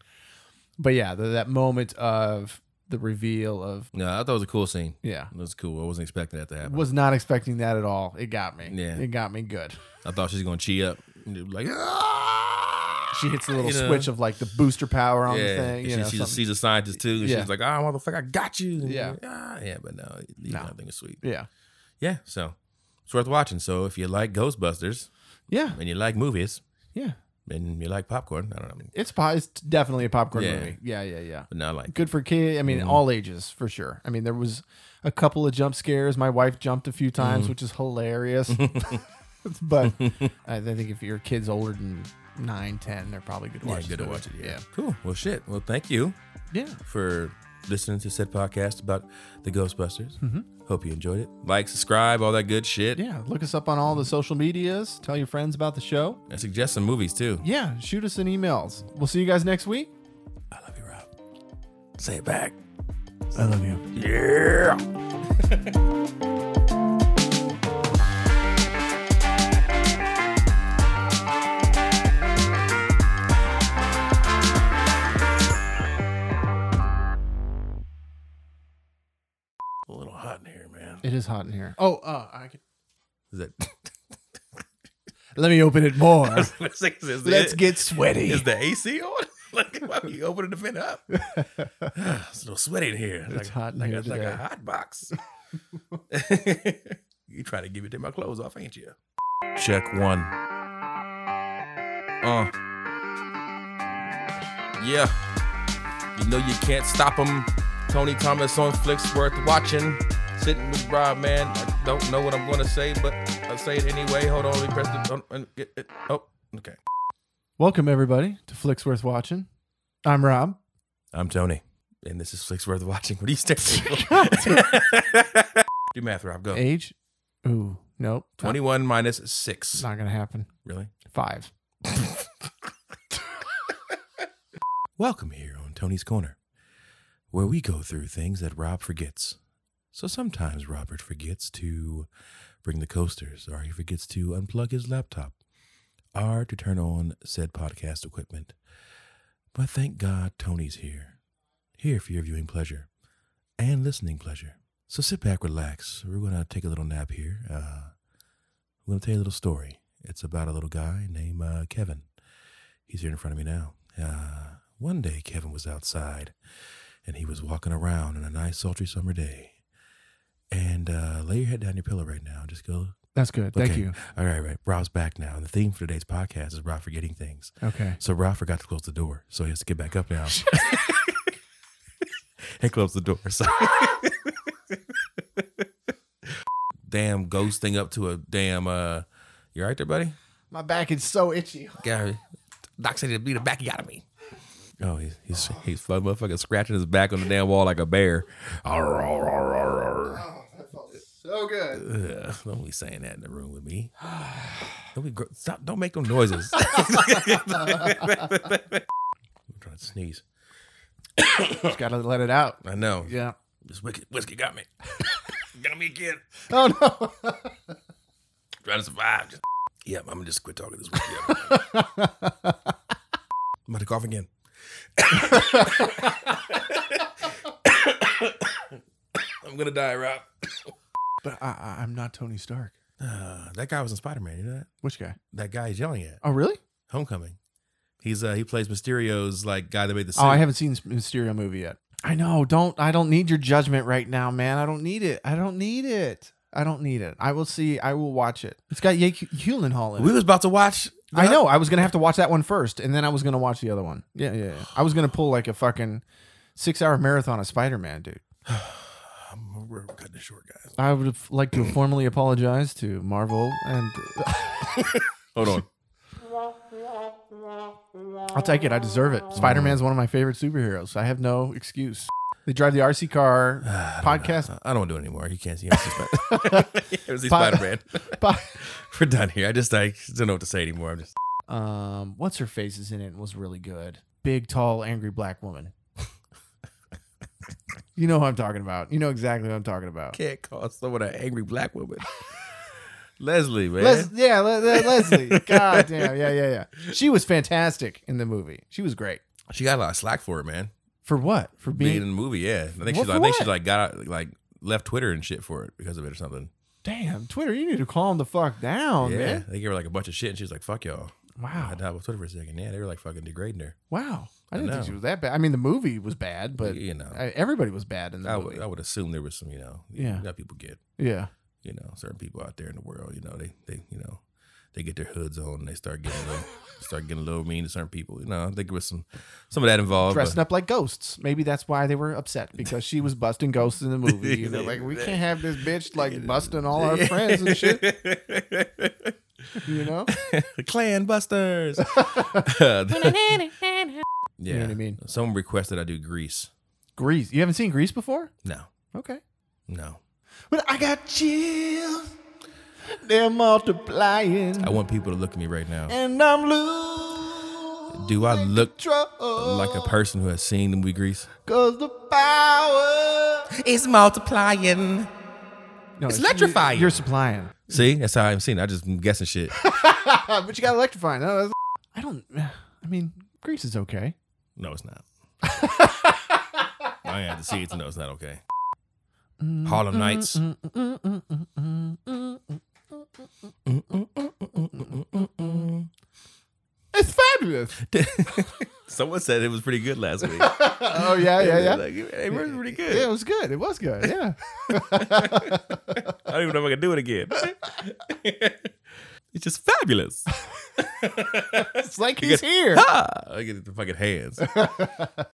But yeah, the, that moment of the reveal of
No, I thought it was a cool scene.
yeah.
It was cool. I wasn't expecting that to happen.
Was not expecting that at all. It got me.
Yeah.
It got me good.
I thought she was gonna chi up. Like ah!
She hits a little
You know?
switch of like the booster power on the thing.
and
You
she,
know,
she's, a,
something.
she's a scientist too. and
Yeah.
She's like, ah, motherfucker, I got you. And
Yeah.
ah, yeah, but no, you
No.
know, I think it's sweet.
yeah.
Yeah, so it's worth watching. So if you like Ghostbusters
Yeah.
and you like movies
Yeah.
and you like popcorn, I don't know, I mean,
It's, po- it's definitely a popcorn
Yeah. Mm-hmm.
movie. Yeah. Yeah. Yeah.
but not like
Good for kid. I mean, all ages for sure. I mean, there was a couple of jump scares. My wife jumped a few times,
Mm-hmm.
which is hilarious. but I think if your kid's older than nine, 10, they're probably good to
yeah,
watch.
good
this
to
movie.
watch it. Yeah. cool. Well, shit. Well, thank you
Yeah. Yeah.
for listening to said podcast about the Ghostbusters. Hope you enjoyed it. Like, subscribe, all that good shit.
Mm-hmm. Yeah. Look us up on all the social medias. Tell your friends about the show.
And suggest some movies too.
Yeah. Shoot us an emails. We'll see you guys next week.
I love you, Rob. Say it back.
I love you.
Yeah. A little hot in here, man.
It is hot in here. Oh, uh, I can-
Is that?
let me open it more.
Let's is
Let's
it-
get sweaty.
Is the AC on? Like, why are you opening the vent up? it's a little sweaty in here.
It's hot in
like
here
a, like
today.
a hot box. you trying to give me take my clothes off, ain't you? Check one. Uh. Yeah. You know you can't stop him. Tony Thomas on flicks worth watching. Sitting with Rob, man. I don't know what I'm going to say, but I'll say it anyway. Hold on, let me press the. Oh, and get it. oh okay.
Welcome everybody to Flicks Worth Watching. I'm Rob.
I'm Tony, and this is Flicks Worth Watching. What are you staring at? Do math, Rob. Go.
Age? Ooh, nope. Not-
21 minus 6.
Not, gonna happen.
Really?
Five.
Welcome here on Tony's Corner, where we go through things that Rob forgets. So sometimes Robert forgets to bring the coasters, or he forgets to unplug his laptop, or to turn on said podcast equipment. But thank God Tony's here, here for your viewing pleasure and listening pleasure. So sit back, relax. We're going to take a little nap here. Uh, I'm going to tell you a little story. It's about a little guy named uh, Kevin. He's here in front of me now. Uh, one day, Kevin was outside and he was walking around on a nice, sultry summer day. And uh, lay your head down your pillow right now. Just go.
That's good. Thank
Okay.
you.
All right, right. Rob's back now. And the theme for today's podcast is Rob forgetting things.
Okay.
So Rob forgot to close the door. So he has to get back up now and close the door. So. damn ghost thing up to a damn. uh You all right there, buddy?
My back is so itchy.
Gary, Doc said he'd beat the back out of me. Oh, he's he's he's fun motherfucking scratching his back on the damn wall like a bear. Arr, arr, arr, arr, arr.
So good.
Ugh, don't be saying that in the room with me. Don't be gr- stop. Don't make no noises. I'm trying to sneeze.
Just gotta let it out.
I know.
Yeah.
This whiskey, whiskey got me. got me again.
Oh no.
Trying to survive. Just, yeah, I'm gonna just quit talking this whiskey. up. I'm about to cough again. I'm gonna die, Rob.
but I, I, I'm not Tony Stark.
Uh, that guy was in Spider Man. You know that?
Which guy?
That guy is yelling at
Oh really?
Homecoming. He's uh, he plays Mysterio's like guy that made the. Suit.
Oh, I haven't seen this Mysterio movie yet. I know. Don't. I don't need your judgment right now, man. I don't need it. I don't need it. I don't need it. I will see. I will watch it. It's got Jake Gyllenhaal in
We
it.
was about to watch.
I know. I was gonna have to watch that one first, and then I was gonna watch the other one. Yeah, yeah. yeah. I was gonna pull like a fucking six-hour marathon of Spider-Man, dude.
I'm, we're cutting it short, guys.
I would have liked to formally apologize to Marvel, and
Hold on.
I'll take it. I deserve it. Spider Man's one of my favorite superheroes. I have no excuse. They drive the RC car, podcast,
Uh, I don't want to do it anymore. You can't see him. It was
Pod-
Spider Man. We're done here. I just I don't know what to say anymore. I'm just
po- um, what's her face is in it and was really good. Big, tall, angry black woman. you know who I'm talking about. You know exactly what I'm talking about.
can't call someone an angry black woman. Leslie, man.
Les- yeah, Le- Le- Leslie. God damn. Yeah, yeah, yeah. She was fantastic in the movie. She was great.
She got a lot of slack for it, man.
For what? For
Being,
being.
in the movie, yeah. I think
Well,
she's
for
I think
what?
she's like got out- like left Twitter and shit for it because of it or something.
damn, Twitter, you need to calm the fuck down,
yeah.
Oh, man.
They gave her like a bunch of shit and she was like, fuck y'all. I
Wow.
died with Twitter for a second. Yeah, they were like fucking degrading her.
Wow. I
I
didn't
know.
think she was that bad. I mean, the movie was bad, but
you know.
I, everybody was bad in the
I
movie.
would I would assume there was some, you know,
Yeah.
you know, people get,
yeah.
you know, certain people out there in the world, you know, they they you know, they get their hoods on and they start getting a little start getting a little mean to certain people. You know, I think there was some some of that involved. but-
Dressing up like ghosts. Maybe that's why they were upset because she was busting ghosts in the movie. And they're like, we can't have this bitch like busting all our friends and shit. You know?
Clan Busters. yeah.
what I mean?
Someone requested I do Grease.
Grease. You haven't seen Grease before?
No,
Okay.
no.
But I got chills. They're multiplying.
I want people to look at me right now.
And I'm losing
Do I look
control.
like a person who has seen the movie Grease?
Cause the power.
It's multiplying.
No, it's
electrifying.
You're supplying.
See, that's how I'm seeing. it. I just am guessing shit.
but you got electrifying. No, that's- I don't. I mean, Grease is okay.
No, it's not. I have to see it to know it's not okay.
Mm-hmm.
Harlem Nights.
It's fabulous.
Someone said it was pretty good last week.
Oh yeah, yeah, yeah.
Like, it was pretty good.
Yeah, it was good. It was good. Yeah.
I don't even know if I can do it again. it's just fabulous.
it's like he's here.
ah, I get the fucking hands.